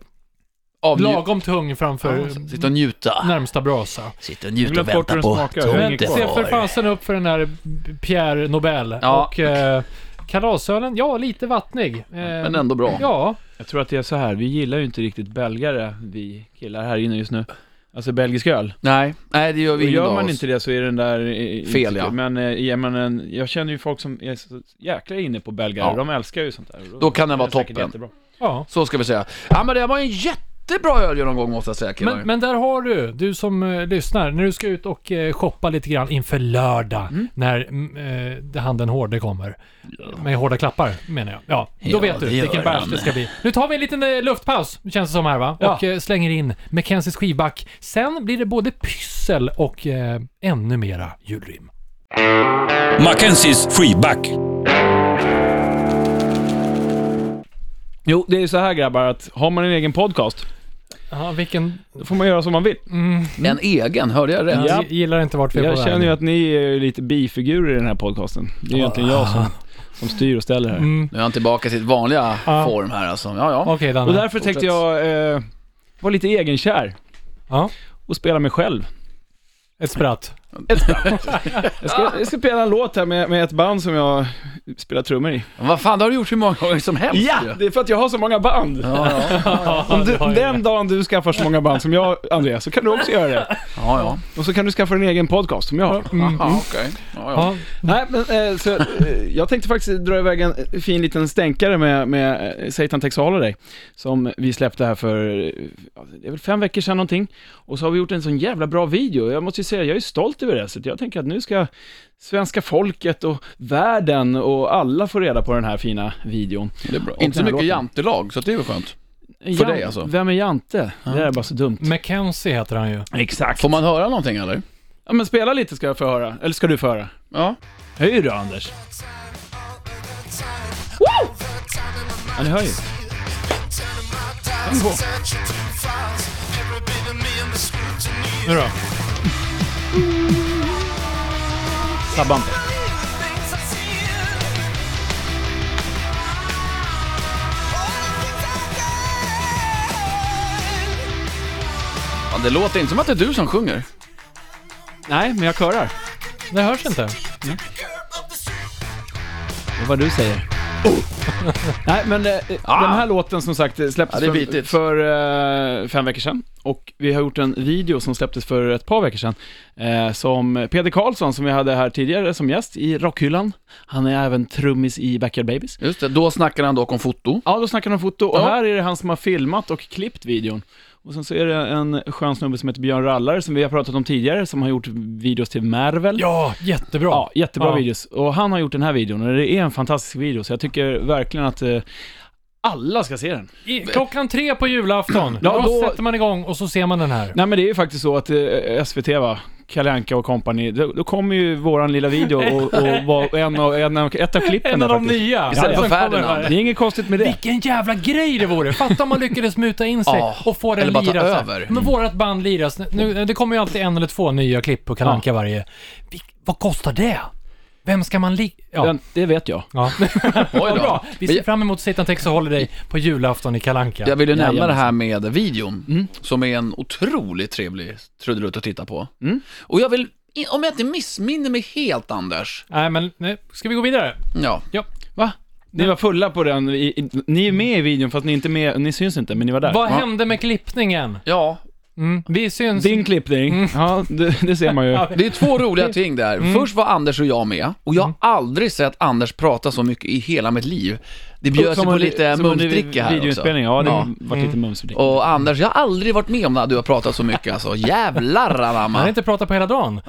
Speaker 2: Av nju-
Speaker 3: lagom tung framför eh,
Speaker 2: Sitta och njuta.
Speaker 3: närmsta brasa.
Speaker 2: Sitta och
Speaker 4: Jag
Speaker 2: njuta
Speaker 4: glömde
Speaker 2: och
Speaker 4: bort hur
Speaker 2: vänta på
Speaker 4: den smakar. Jag har ingen
Speaker 3: Men
Speaker 4: kvar.
Speaker 3: se för
Speaker 2: tomtefar.
Speaker 3: fasen upp för den här Pierre Nobel
Speaker 2: Ja.
Speaker 3: och eh, kalasölen, ja lite vattnig. Eh,
Speaker 2: Men ändå bra.
Speaker 3: Ja,
Speaker 4: Jag tror att det är så här, vi gillar ju inte riktigt belgare, vi killar här inne just nu. Alltså belgisk öl.
Speaker 2: Nej, nej det gör vi
Speaker 4: Och
Speaker 2: ingen
Speaker 4: gör
Speaker 2: av
Speaker 4: man
Speaker 2: oss.
Speaker 4: inte det så är den där... eh,
Speaker 2: Fel,
Speaker 4: inte-
Speaker 2: ja.
Speaker 4: Men eh, ger man en... Jag känner ju folk som är så jäkla inne på belgare,
Speaker 2: Ja.
Speaker 4: de älskar ju sånt där. Och
Speaker 2: Då kan den
Speaker 4: är
Speaker 2: vara
Speaker 4: säkert
Speaker 2: toppen.
Speaker 4: jättebra.
Speaker 3: ja.
Speaker 2: Så ska vi säga. Ja men det var en jättebra ölgenomgång måste jag säga killar.
Speaker 3: Men, men där har du, du som eh, lyssnar, när du ska ut och eh, shoppa lite grann inför lördag, när mm, eh, det handen hårde kommer. Med hårda klappar menar jag. Ja, då
Speaker 2: Ja,
Speaker 3: vet du
Speaker 2: det gör
Speaker 3: vilken bärs
Speaker 2: han.
Speaker 3: det ska bli. Nu tar vi en liten eh, luftpaus, känns det som här va?
Speaker 4: Ja.
Speaker 3: Och eh, slänger in Mackenzies skivback. Sen blir det både pyssel och eh, ännu mera julrim.
Speaker 1: Mackenzies freeback.
Speaker 4: Jo, det är ju så här grabbar att har man en egen podcast,
Speaker 3: Ja, vilken...
Speaker 4: då får man göra som man vill.
Speaker 2: En egen, hörde jag rätt?
Speaker 3: Jag
Speaker 4: Ja.
Speaker 3: gillar inte vart vi är på
Speaker 4: Jag
Speaker 3: väg.
Speaker 4: känner ju att ni är ju lite bifigurer i den här podcasten. Det är egentligen
Speaker 2: *laughs*
Speaker 4: jag som, som styr och ställer här.
Speaker 3: Mm.
Speaker 2: Nu är han tillbaka i sitt vanliga
Speaker 3: Ja.
Speaker 2: form här alltså. Ja ja.
Speaker 3: Okej Danne.
Speaker 4: Och därför tänkte jag eh, vara lite egenkär
Speaker 3: Ja,
Speaker 4: och spela mig själv.
Speaker 3: ett spratt.
Speaker 4: Jag ska, jag ska spela en låt här med, med ett band som jag spelar trummor i.
Speaker 2: Vad fan, det har du gjort hur många gånger som helst
Speaker 4: Ja,
Speaker 2: ju.
Speaker 4: det är för att jag har så många band.
Speaker 2: Ja, ja.
Speaker 4: Om du,
Speaker 3: det har jag
Speaker 4: den dagen du skaffar så många band som jag, Andreas, så kan du också göra det.
Speaker 2: ja, ja.
Speaker 4: Och så kan du skaffa en egen podcast som jag har.
Speaker 3: Mm.
Speaker 2: ja okej. Ja, ja.
Speaker 3: Ja,
Speaker 4: Nej, men eh, så, eh, jag tänkte faktiskt dra iväg en eh, fin liten stänkare med, med eh, Satan Takes a Holiday, som vi släppte här för, eh, ja, det är väl fem veckor sedan någonting. Och så har vi gjort en sån jävla bra video. Jag måste ju säga, jag är stolt över det, så att jag tänker att nu ska svenska folket och världen och alla få reda på den här fina videon.
Speaker 2: Det är bra.
Speaker 4: Och
Speaker 2: Inte så
Speaker 4: den här
Speaker 2: mycket
Speaker 4: låten.
Speaker 2: jantelag, så det är väl skönt.
Speaker 4: Jan-
Speaker 2: dig, alltså?
Speaker 4: Vem är Jante? Det är bara så dumt.
Speaker 3: Mackenzie heter han ju.
Speaker 4: Exakt.
Speaker 2: Får man höra någonting eller?
Speaker 4: Ja men spela lite ska jag få höra, eller ska du få höra?
Speaker 2: Ja.
Speaker 4: Höj då Anders! Ja ni hör ju.
Speaker 3: Nu då?
Speaker 4: Sabban.
Speaker 2: ja. Det låter inte som att det är du som sjunger.
Speaker 4: Nej, men jag körar.
Speaker 3: Det hörs inte.
Speaker 4: Det är vad du säger. Nej men eh, den här låten som sagt eh, släpptes
Speaker 2: Ja, det är
Speaker 4: för,
Speaker 2: bitigt.
Speaker 4: för eh, fem veckor sedan. Och vi har gjort en video som släpptes för ett par veckor sedan. Eh, som Peder Karlsson som vi hade här tidigare som gäst i Rockhyllan. Han är även trummis i Backyard Babies.
Speaker 2: Just det, då snackar han dock om foto.
Speaker 4: Ja, då snackar han om foto och
Speaker 2: Ja.
Speaker 4: här är det han som har filmat och klippt videon. Och sen så är det en skön snubbe som heter Björn Rallare, som vi har pratat om tidigare, som har gjort videos till Marvel.
Speaker 3: Ja, jättebra.
Speaker 4: Ja, jättebra
Speaker 3: Ja.
Speaker 4: videos. Och han har gjort den här videon och det är en fantastisk video, så jag tycker verkligen att eh, alla ska se den.
Speaker 3: I, klockan tre på julafton,
Speaker 4: Ja,
Speaker 3: då
Speaker 4: då-
Speaker 3: sätter man igång och så ser man den här.
Speaker 4: Nej men det är ju faktiskt så att eh, SVT va, Kalle Anka och kompani, då, då kommer ju våran lilla video och, och
Speaker 3: *laughs*
Speaker 4: var en av, en av, ett av klippen
Speaker 3: En av
Speaker 4: där
Speaker 3: de
Speaker 4: faktiskt.
Speaker 3: nya.
Speaker 2: Istället
Speaker 3: Ja,
Speaker 2: för
Speaker 3: sen kommer den
Speaker 2: Ferdinand.
Speaker 3: här.
Speaker 4: Det är inget konstigt med det.
Speaker 3: Vilken jävla grej det vore! Fatta om man lyckades muta in sig
Speaker 2: Ja,
Speaker 3: och få det
Speaker 2: eller bara ta
Speaker 3: lirat. så här.
Speaker 2: över.
Speaker 3: Men vårat band liras. Nu, det kommer ju alltid en eller två nya klipp på Kalle Anka varje. Vil- vad kostar det? Vem ska man li... Ja.
Speaker 4: Den, det vet jag.
Speaker 3: *laughs* ja.
Speaker 2: Oj
Speaker 3: Vad
Speaker 2: då.
Speaker 3: bra! Vi
Speaker 2: Men
Speaker 3: ser
Speaker 2: jag-
Speaker 3: fram emot Satan Texas Holiday på julafton i Kalle Anka.
Speaker 2: Jag vill ju nämna
Speaker 4: Jajamän.
Speaker 2: det här med videon,
Speaker 4: Mm.
Speaker 2: som är en otroligt trevlig trudelutt att titta på.
Speaker 4: Mm.
Speaker 2: Och jag vill, i- om jag inte missminner mig helt Anders,
Speaker 3: Nej men, nu ska vi gå vidare?
Speaker 2: ja,
Speaker 4: Va? Ni var fulla på den, i, i, ni är med i videon fast ni, är inte med, ni syns inte, men ni var där.
Speaker 3: Vad
Speaker 2: Ja.
Speaker 3: hände med klippningen?
Speaker 2: ja,
Speaker 3: Mm. Vi syns...
Speaker 4: Din klippning, ja det, det ser *laughs* man ju.
Speaker 3: Ja.
Speaker 2: det är två
Speaker 4: *laughs*
Speaker 2: roliga ting där.
Speaker 4: Mm.
Speaker 2: Först var Anders och jag med, och jag har aldrig sett Anders prata så mycket i hela mitt liv. Det bjöd sig på
Speaker 4: under-
Speaker 2: lite
Speaker 4: som under
Speaker 2: mumsdricka här också.
Speaker 4: Videoinspelning, ja det
Speaker 2: Ja.
Speaker 4: har varit lite mumsdricka.
Speaker 2: Och Anders, jag har aldrig varit med om när du har pratat så mycket alltså. Jävlar
Speaker 3: Han har
Speaker 2: anamma.
Speaker 3: inte pratat på hela dagen.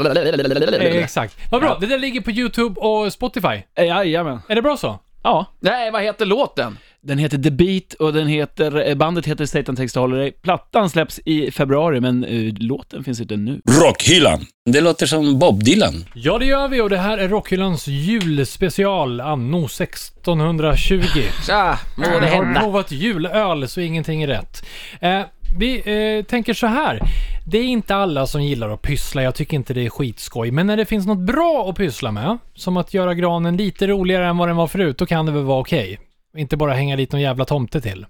Speaker 3: Eh,
Speaker 2: Nej.
Speaker 3: exakt. Vad bra, det där ligger på YouTube och Spotify.
Speaker 4: Eh, Jajamän.
Speaker 3: Är det bra så?
Speaker 4: Ja.
Speaker 2: Nej, vad heter låten?
Speaker 4: Den heter The Beat och den heter, eh, bandet heter Satan Takes the Holiday. Plattan släpps i februari men eh, låten finns ute nu.
Speaker 1: Rockhyllan. Det låter som Bob Dylan.
Speaker 3: Ja, det gör vi och det här är Rockhyllans julspecial anno 1620.
Speaker 2: Tja, må det
Speaker 3: Vi har
Speaker 2: hända.
Speaker 3: provat julöl så ingenting är rätt. Eh, vi eh, tänker så här. Det är inte alla som gillar att pyssla, jag tycker inte det är skitskoj. Men när det finns något bra att pyssla med, som att göra granen lite roligare än vad den var förut, då kan det väl vara okej. Inte bara hänga dit någon jävla tomte till.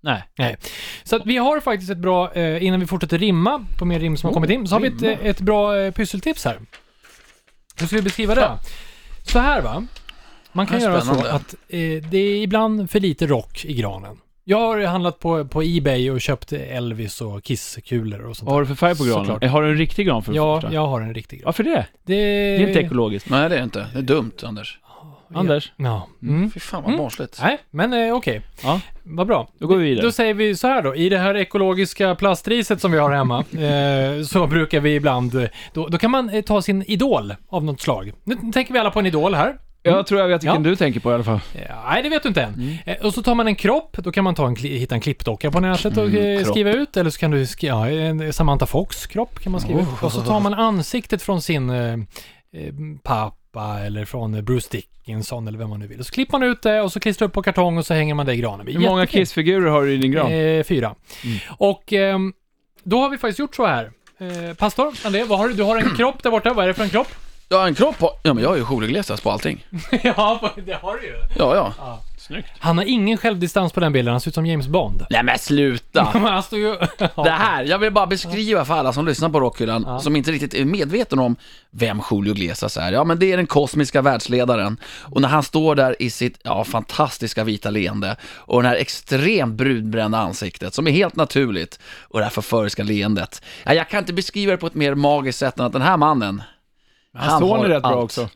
Speaker 4: Nej.
Speaker 3: Nej. Så att vi har faktiskt ett bra, eh, innan vi fortsätter rimma på mer rim som har
Speaker 2: Oh.
Speaker 3: kommit in, så har vi ett, eh, ett bra eh, pysseltips här. Hur ska vi beskriva det? Så här va. Man kan
Speaker 2: Ja,
Speaker 3: göra så
Speaker 2: spännande.
Speaker 3: att eh, det är ibland för lite rock i granen. Jag har handlat på, på Ebay och köpt Elvis och Kiss-kulor och sånt
Speaker 4: Vad har du för färg på granen?
Speaker 3: Såklart.
Speaker 4: Eh, Har du en riktig gran för det
Speaker 3: Ja,
Speaker 4: första?
Speaker 3: jag har en riktig gran.
Speaker 4: Varför det?
Speaker 3: Det
Speaker 4: Det är inte ekologiskt.
Speaker 2: Nej, det är det inte. Det är dumt, Anders.
Speaker 4: Anders,
Speaker 3: Ja. Mm.
Speaker 2: Fy fan vad barnsligt.
Speaker 3: Nej, men eh, okej.
Speaker 4: Ja.
Speaker 3: Vad bra.
Speaker 4: då går vi vidare.
Speaker 3: Då säger vi så här då, i det här ekologiska plastriset som vi har hemma,
Speaker 4: *laughs*
Speaker 3: eh, så brukar vi ibland, eh, då, då kan man eh, ta sin idol av något slag. Nu tänker vi alla på en idol här.
Speaker 4: Jag tror jag vet vilken
Speaker 3: Ja.
Speaker 4: du tänker på i alla fall.
Speaker 3: Eh, nej, det vet du inte än. Eh, och så tar man en kropp, då kan man ta en, kli- hitta en klippdocka på nätet och eh,
Speaker 2: kropp.
Speaker 3: skriva ut, eller så kan du skriva, ja, en eh, Samantha Fox kropp kan man skriva ut. Och så tar man ansiktet från sin eh, eh, pappa eller från eh, Bruce Dickinson eller vem man nu vill. Och så klipper man ut det och så klistrar upp på kartong och så hänger man det i granen.
Speaker 4: Hur många
Speaker 3: Jättefint.
Speaker 4: kissfigurer har du i din gran?
Speaker 3: Eh, fyra. Och ehm, då har vi faktiskt gjort så här. Eh, pastor, André, vad har du? Du har en kropp där borta. Vad är det för en kropp?
Speaker 2: Jag har en kropp på... Ja, men jag är ju jourgläsas på allting.
Speaker 3: *laughs* ja, det har du ju.
Speaker 2: Ja, ja.
Speaker 3: Han har ingen självdistans på den bilden. Han ser ut som James Bond.
Speaker 2: Nej men
Speaker 3: *laughs*
Speaker 2: sluta!
Speaker 3: Han står ju...
Speaker 2: *laughs* Det här, jag vill bara beskriva för alla som lyssnar på Rockhyllan, som inte riktigt är medveten om vem Julio Glesas är. Ja men det är den kosmiska världsledaren. Och när han står där i sitt, ja, fantastiska vita leende och det här extremt brudbrända ansiktet som är helt naturligt och det här förföriska leendet. Ja, jag kan inte beskriva det på ett mer magiskt sätt än att den här mannen,
Speaker 4: Han står
Speaker 2: har
Speaker 4: ni rätt bra
Speaker 2: allt.
Speaker 4: också.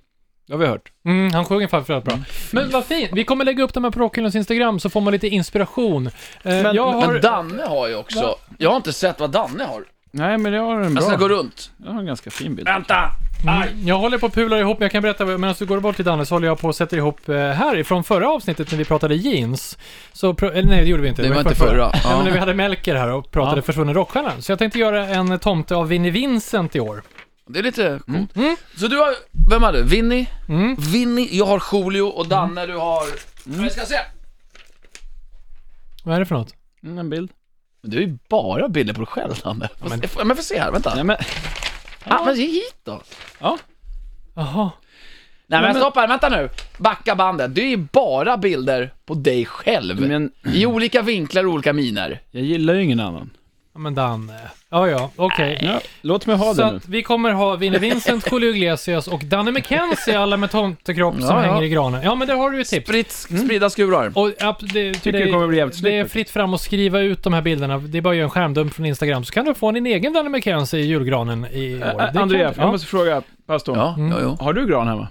Speaker 4: Det har vi hört.
Speaker 3: Mm, han sjunger framförallt bra. Men vad fint. Vi kommer lägga upp dem här på Rockhyllans Instagram så får man lite inspiration. Eh,
Speaker 4: Men-
Speaker 3: jag har...
Speaker 2: Men Danne har ju också, jag har inte sett vad Danne har.
Speaker 4: Nej men jag har en
Speaker 2: Alltså, Jag
Speaker 4: bra.
Speaker 2: ska gå runt.
Speaker 4: Jag har en ganska fin bild.
Speaker 2: Vänta!
Speaker 3: Mm, Jag håller på att pula ihop, men jag kan berätta, medan du går bort till Danne så håller jag på att sätta ihop eh, här ifrån förra avsnittet när vi pratade jeans. Så, pro- eller nej det gjorde vi inte.
Speaker 2: Det var inte förra.
Speaker 3: *laughs* Ja.
Speaker 2: Ja.
Speaker 3: men när vi hade Melker här och pratade
Speaker 4: Ja.
Speaker 3: försvunnen rockstjärna. Så jag tänkte göra en tomte av Vinnie Vincent i år.
Speaker 2: Det är lite coolt. Så du har, vem har du? Vinny? Vinny, jag har Julio och Danne du har... Vi ska se!
Speaker 3: Vad är det för något?
Speaker 4: Mm, en bild.
Speaker 2: Men du är ju bara bilder på dig själv Danne. Får se- får- Men får se här, vänta.
Speaker 4: Nej men,
Speaker 2: Ah, men ge hit då.
Speaker 3: Jaha.
Speaker 2: Nej men
Speaker 4: men-
Speaker 2: stopp här, vänta nu. Backa bandet. Det är ju bara bilder på dig själv.
Speaker 4: men
Speaker 2: I olika vinklar och olika miner.
Speaker 4: jag gillar ju ingen annan.
Speaker 3: Ja men Danne. Ja ja, okej.
Speaker 4: Ja, låt mig ha
Speaker 3: Så
Speaker 4: det nu.
Speaker 3: att vi kommer ha Vinnie
Speaker 4: *laughs*
Speaker 3: Vincent, Julio Iglesias och Danne McKenzie, alla med tomtekropp som
Speaker 2: Ja, ja.
Speaker 3: hänger i granen. Ja men där har du ju ett tips.
Speaker 2: Spritt, Spridda skurar.
Speaker 3: Och app- det, till dig-
Speaker 4: det kommer bli jävligt snyggt
Speaker 3: det är
Speaker 4: faktiskt.
Speaker 3: fritt fram att skriva ut de här bilderna. Det är bara att göra en skärmdump från Instagram så kan du få din egen Danny McKenzie i julgranen i år.
Speaker 4: Ä-
Speaker 3: Det
Speaker 4: Andrea,
Speaker 3: kan du-
Speaker 4: jag måste fråga pastorn.
Speaker 2: Ja, ja, ja.
Speaker 4: Har du gran hemma?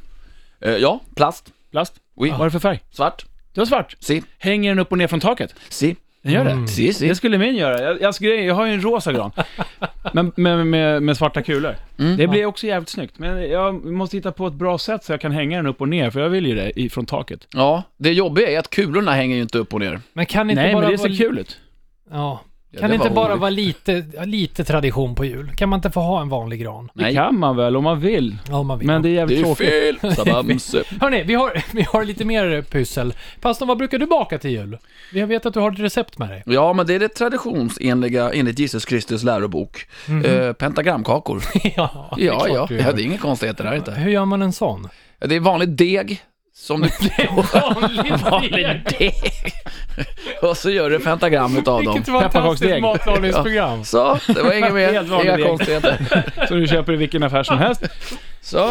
Speaker 2: Eh, ja, plast,
Speaker 4: Plast?
Speaker 2: Oui.
Speaker 4: Vad är det för färg?
Speaker 2: svart,
Speaker 4: Du har svart.
Speaker 2: si,
Speaker 4: Hänger den upp och ner från taket?
Speaker 2: si.
Speaker 4: Den gör det?
Speaker 2: Si, si.
Speaker 4: Det skulle min göra. Jag, jag, skulle, jag har ju en rosa gran. Men med, med, med svarta kulor. Det blir också jävligt snyggt. Men jag måste hitta på ett bra sätt så jag kan hänga den upp och ner, för jag vill ju det i- från taket.
Speaker 2: Ja, det jobbiga är att kulorna hänger ju inte upp och ner.
Speaker 3: Men kan inte
Speaker 4: Nej,
Speaker 3: bara
Speaker 4: men det ser
Speaker 3: vara,
Speaker 4: kul ut.
Speaker 3: Ja.
Speaker 2: Ja,
Speaker 3: Kan
Speaker 2: det
Speaker 3: det inte
Speaker 2: var
Speaker 3: bara
Speaker 2: roligt.
Speaker 3: vara lite, lite tradition på jul? Kan man inte få ha en vanlig gran?
Speaker 4: Det kan man väl om man vill.
Speaker 3: Ja, om man vill.
Speaker 4: Men det är jävligt
Speaker 2: Det är
Speaker 4: tråkigt.
Speaker 2: *laughs* fel! Sabamse.
Speaker 3: Hörni, vi har, *laughs* vi har lite mer pussel. Pastorn, vad brukar du baka till jul? Jag vet att du har ett recept med dig.
Speaker 2: Ja, men det är det traditionsenliga enligt Jesus Kristus lärobok. Eh, pentagramkakor.
Speaker 3: ja, *laughs* det är
Speaker 2: Ja,
Speaker 3: klart
Speaker 2: ja.
Speaker 3: du gör.
Speaker 2: ja, det är inga konstigheter där inte.
Speaker 3: Hur gör man en *laughs* sån?
Speaker 2: Det är vanligt deg som du... *laughs*
Speaker 3: Vanlig
Speaker 2: och så gör du pentagram utav dem.
Speaker 3: Vilket fantastiskt
Speaker 4: Pepparkaksdeg.
Speaker 3: matlagningsprogram.
Speaker 2: Så, det var inget
Speaker 4: Helt
Speaker 2: mer.
Speaker 4: vanlig
Speaker 2: Inga
Speaker 4: deg.
Speaker 2: konstigheter.
Speaker 4: Så du köper i vilken affär som *laughs* helst.
Speaker 2: Så.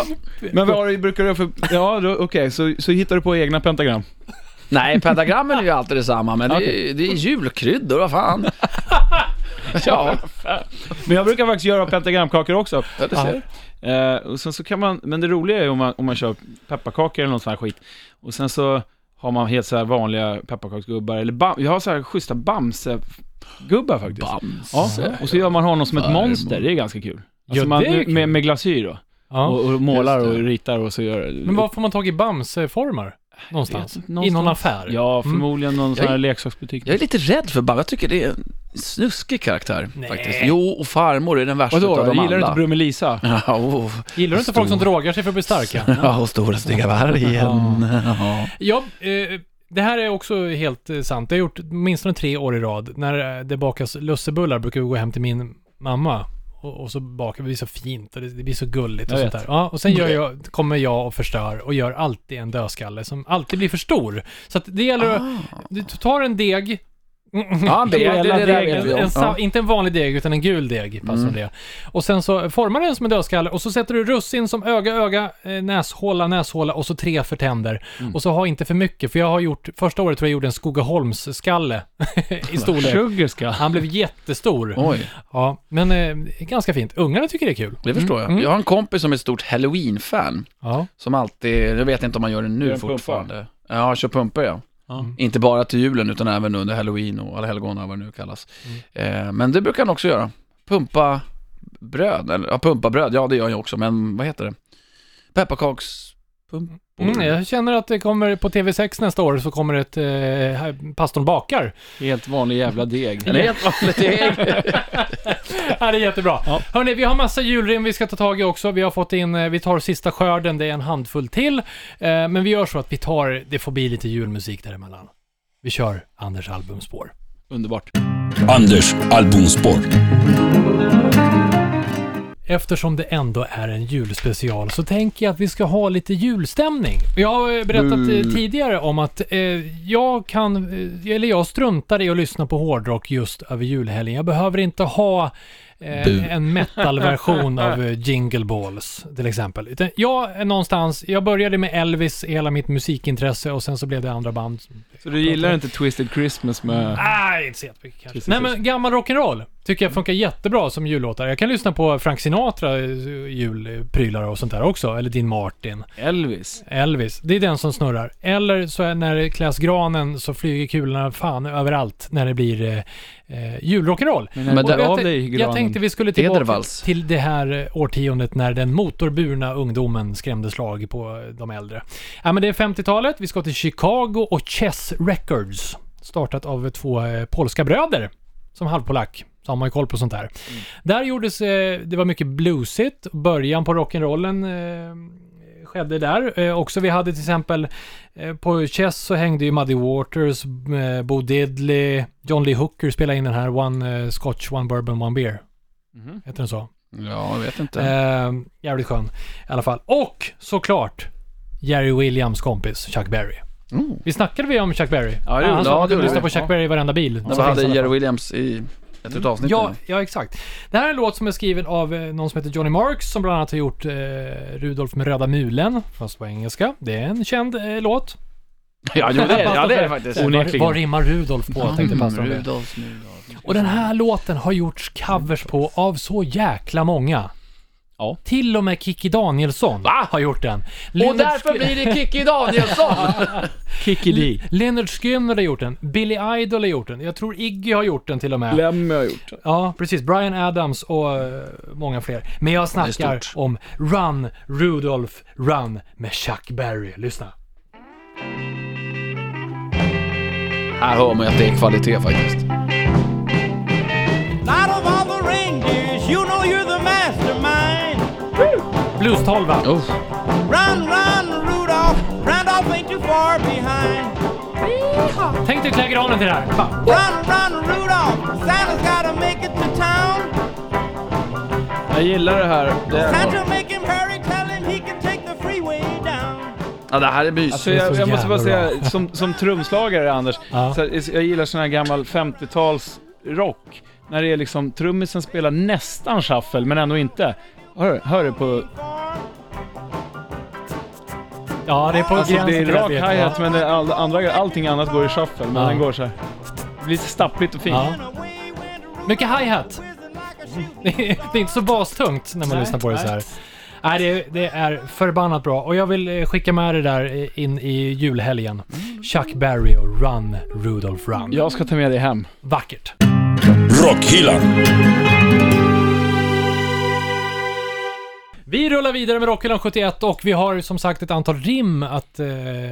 Speaker 4: Men vad har du- brukar du för... Ja, då- okej, så, så hittar du på egna pentagram.
Speaker 2: Nej, pentagrammen är ju alltid detsamma, men det, är, det är julkryddor, vad fan. Ja,
Speaker 4: Men jag brukar faktiskt göra pentagramkakor också.
Speaker 2: ja, det ser.
Speaker 4: Eh, och sen så kan man, men det roliga är ju om man, om man kör pepparkakor eller någon sån här skit. Och sen så har man helt så här vanliga pepparkaksgubbar, eller bam, jag har så här schyssta Bamse-gubbar faktiskt. Ja,
Speaker 2: Bamse.
Speaker 4: och så gör man honom som ett
Speaker 2: Farmor.
Speaker 4: monster, det är ganska kul. Alltså
Speaker 3: Ja,
Speaker 4: man,
Speaker 3: det är kul.
Speaker 4: Med, med glasyr då.
Speaker 3: Ja.
Speaker 4: Och, och målar
Speaker 2: Just
Speaker 4: och
Speaker 2: det.
Speaker 4: ritar och så gör det.
Speaker 3: Men var får man tag i Bamse-formar? Någonstans?
Speaker 4: Vet inte,
Speaker 3: I någon
Speaker 4: någonstans.
Speaker 3: affär?
Speaker 4: Ja, förmodligen någon sån
Speaker 2: Jag-
Speaker 4: här leksaksbutik.
Speaker 2: Jag är lite rädd för Bamse, jag tycker det är en snuskig karaktär
Speaker 3: Nej.
Speaker 2: faktiskt. Jo, och farmor är den värsta
Speaker 4: Vadå,
Speaker 2: utav dem
Speaker 4: gillar du
Speaker 2: alla.
Speaker 4: inte Brummelisa?
Speaker 2: *laughs* Ja, oh.
Speaker 3: Gillar du inte folk som drogar sig för att bli starka?
Speaker 2: ja, och stora stygga vargen. Ja.
Speaker 3: Ja, eh, det här är också helt eh, sant. Jag har gjort åtminstone tre år i rad. När eh, det bakas lussebullar brukar vi gå hem till min mamma. Och, och så bakar vi så fint och det, det blir så gulligt och
Speaker 4: Jag
Speaker 3: sånt där.
Speaker 4: vet.
Speaker 3: Ja, och sen gör
Speaker 2: Mm.
Speaker 3: jag, kommer jag och förstör och gör alltid en dödskalle som alltid blir för stor. Så att det gäller att... Du tar en deg...
Speaker 2: Ah.
Speaker 3: *laughs*
Speaker 2: Ja, det, det, det, det där vet
Speaker 3: En,
Speaker 2: vi
Speaker 3: en,
Speaker 2: om.
Speaker 3: sa-
Speaker 2: Ja. Mm.
Speaker 3: Inte en vanlig deg, utan en gul deg. Passar det. Och sen så formar du den som en dödskalle och så sätter du russin som öga, öga, eh, näshåla, näshåla och så tre för tänder. Och så ha inte för mycket, för jag har gjort, första året tror jag jag gjorde en Skogaholmsskalle i storlek.
Speaker 4: Sugarska.
Speaker 3: Han blev jättestor.
Speaker 2: Oj,
Speaker 3: Ja, men eh, ganska fint. Ungarna tycker det är kul.
Speaker 2: det förstår jag. Jag har en kompis som är ett stort halloween-fan.
Speaker 3: Ja.
Speaker 2: Som alltid, jag vet inte om man gör det nu
Speaker 4: Gör en pumpa.
Speaker 2: fortfarande. Ja, kör pumpor ja.
Speaker 4: Ja.
Speaker 3: Mm.
Speaker 2: Inte bara till julen utan även under halloween och alla helgona vad det nu kallas.
Speaker 4: Mm.
Speaker 2: Eh, men det brukar han också göra. Pumpa bröd, eller ja, pumpa bröd, ja det gör jag också, men vad heter det? Pepparkakspumpor.
Speaker 3: Mm, jag känner att det kommer på TV6 nästa år så kommer ett eh, här- Pastorn bakar.
Speaker 4: Helt vanlig jävla deg.
Speaker 2: Eller helt vanligt ägg.
Speaker 3: *laughs* Ja, det är jättebra.
Speaker 4: Ja.
Speaker 3: Hörni, vi har massa julrim vi ska ta tag i också. Vi har fått in, eh, vi tar sista skörden, det är en handfull till. Eh, Men vi gör så att vi tar, det får bli lite julmusik däremellan. Vi kör Anders albumspår.
Speaker 4: Underbart.
Speaker 1: Anders albumspår.
Speaker 3: Eftersom det ändå är en julspecial så tänker jag att vi ska ha lite julstämning. Jag har eh, berättat eh, tidigare om att eh, jag kan, eh, eller jag struntar i att lyssna på hårdrock just över julhelgen. Jag behöver inte ha eh, en metalversion av eh, Jingle Balls till exempel. Utan jag är någonstans, jag började med Elvis, hela mitt musikintresse och sen så blev det andra band.
Speaker 4: *laughs* Så du gillar inte Twisted Christmas med...
Speaker 3: Nej, inte så jättemycket
Speaker 4: Precis,
Speaker 3: kanske. Nej men gammal rock'n'roll tycker jag funkar jättebra som jullåtar. Jag kan lyssna på Frank Sinatra, eh, julprylar och sånt där också. Eller Dean Martin,
Speaker 4: Elvis?
Speaker 3: Elvis. Det är den som snurrar. Eller så är när det kläs granen så flyger kulorna fan överallt när det blir eh, eh, julrock'n'roll.
Speaker 4: Men,
Speaker 2: Men
Speaker 4: men
Speaker 2: där-
Speaker 4: där,
Speaker 3: Jag,
Speaker 4: av
Speaker 3: vet-
Speaker 4: dig granen.
Speaker 3: jag tänkte vi skulle tillbaka
Speaker 2: Edervals.
Speaker 3: till det här eh, årtiondet när den motorburna ungdomen skrämde slag på eh, de äldre. Ja, men det är 50-talet, vi ska till Chicago och Chess Records. Startat av eh, två eh, polska bröder. Som halvpolack så har man ju koll på sånt där. Där gjordes, eh, det var mycket bluesigt. Början på rock'n'rollen eh, skedde där. Eh, också vi hade till exempel eh, på Chess så hängde ju Muddy Waters, eh, Bo Diddley, John Lee Hooker spelade in den här One eh, Scotch, One Bourbon, One Beer.
Speaker 4: Mhm.
Speaker 3: Heter den så?
Speaker 2: Ja, jag vet inte.
Speaker 3: Eh, jävligt skön i alla fall. Och såklart Jerry Williams kompis Chuck Berry.
Speaker 2: Mm.
Speaker 3: Vi snackade vi om Chuck Berry?
Speaker 4: Ja, det gjorde
Speaker 3: han
Speaker 2: vi. Ja,
Speaker 3: sa
Speaker 2: det
Speaker 3: att du
Speaker 2: gjorde
Speaker 3: lyssnar
Speaker 2: vi.
Speaker 3: på Chuck Berry i varenda bil.
Speaker 2: Så hade Jerry Williams i ett utav avsnitten.
Speaker 3: Ja, ja, exakt. Det här är en låt som är skriven av eh, någon som heter Johnny Marks som bland annat har gjort eh, Rudolf med röda mulen, fast på engelska. Det är en känd eh, låt.
Speaker 2: *laughs* ja, jo, det, är- ja det är det faktiskt.
Speaker 3: Vad,
Speaker 4: Onekligen.
Speaker 3: vad rimmar Rudolf på? Tänkte pastorn.
Speaker 2: Mm,
Speaker 3: det.
Speaker 2: Rudolf, Rudolf.
Speaker 3: Och den här låten har gjorts covers på av så jäkla många.
Speaker 4: Ja.
Speaker 3: Till och med Kikki Danielsson har gjort den.
Speaker 2: Och därför blir det Kikki Danielsson!
Speaker 4: Kikki Dee.
Speaker 3: Leonard Skinner har gjort den, Billy Idol har gjort den, jag tror Iggy har gjort den till och med.
Speaker 4: Lemmy har gjort det.
Speaker 3: Ja, precis. Brian Adams och eh, många fler. Men jag snackar om Run, Rudolph, Run med Chuck Berry. Lyssna.
Speaker 2: Här hör man ju att det är kvalitet faktiskt.
Speaker 6: Out of all the reindeers, you know you're the mastermind.
Speaker 3: Blues-tolva.
Speaker 2: Oh.
Speaker 6: Run, run, Rudolph. Randolph ain't too far behind.
Speaker 3: Tänk dig klä granen till det här. Fan.
Speaker 6: Run, run, Rudolph. Santa's gotta make it to town.
Speaker 4: Jag gillar det här. Det här.
Speaker 6: Santa make him hurry. Tell him he can take the freeway down.
Speaker 2: Ja, det här är mys.
Speaker 4: Så Alltså, jag,
Speaker 3: så
Speaker 4: jag måste bara
Speaker 3: jävla
Speaker 4: säga, som, som trumslagare Anders,
Speaker 3: Ja.
Speaker 4: så här, jag gillar sån här gammal 50-tals rock. När det är liksom trummisen spelar nästan shuffle, men ändå inte. Hör, hör du på...
Speaker 3: Ja, det är på
Speaker 4: Alltså
Speaker 3: gränsen
Speaker 4: det är
Speaker 3: till
Speaker 4: rak
Speaker 3: vet.
Speaker 4: hi-hat, men det, all, andra, allting annat går i shuffle. Men
Speaker 3: Ja.
Speaker 4: den går så här. Det blir lite stappligt och fint.
Speaker 3: Ja.
Speaker 6: And away went Rudolph.
Speaker 3: Mycket hi-hat.
Speaker 6: whizzing like a shoe.
Speaker 3: *laughs* Det är inte så bastungt när man lyssnar på det så här. Nej, det, det är förbannat bra. Och jag vill eh, skicka med det där eh, in i julhelgen. Chuck Berry och Run, Rudolph Run.
Speaker 4: Jag ska ta med dig hem.
Speaker 3: Vackert.
Speaker 1: Rockhyllan.
Speaker 3: Vi rullar vidare med Rockhyllan 71 och vi har som sagt ett antal rim att eh,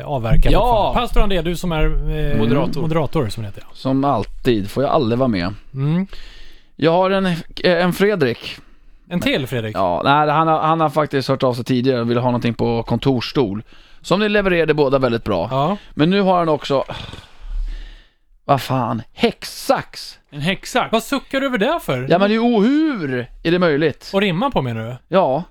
Speaker 3: avverka.
Speaker 2: Ja!
Speaker 3: Pastor André, du som är eh,
Speaker 4: Moderator.
Speaker 3: moderator som det heter. ja.
Speaker 2: Som alltid, får jag aldrig vara med.
Speaker 3: Mm.
Speaker 2: Jag har en, eh, en Fredrik.
Speaker 3: En till Fredrik.
Speaker 2: Ja, nej, han, har, han har faktiskt hört av sig tidigare och ville ha någonting på kontorsstol. Som ni levererade båda väldigt bra.
Speaker 3: Ja.
Speaker 2: Men nu har han också... Vad fan? Häcksax?
Speaker 4: En häxa.
Speaker 3: Vad suckar du över det för?
Speaker 2: Ja men det är ju hur är det möjligt?
Speaker 3: Och rimma på menar du?
Speaker 2: Ja,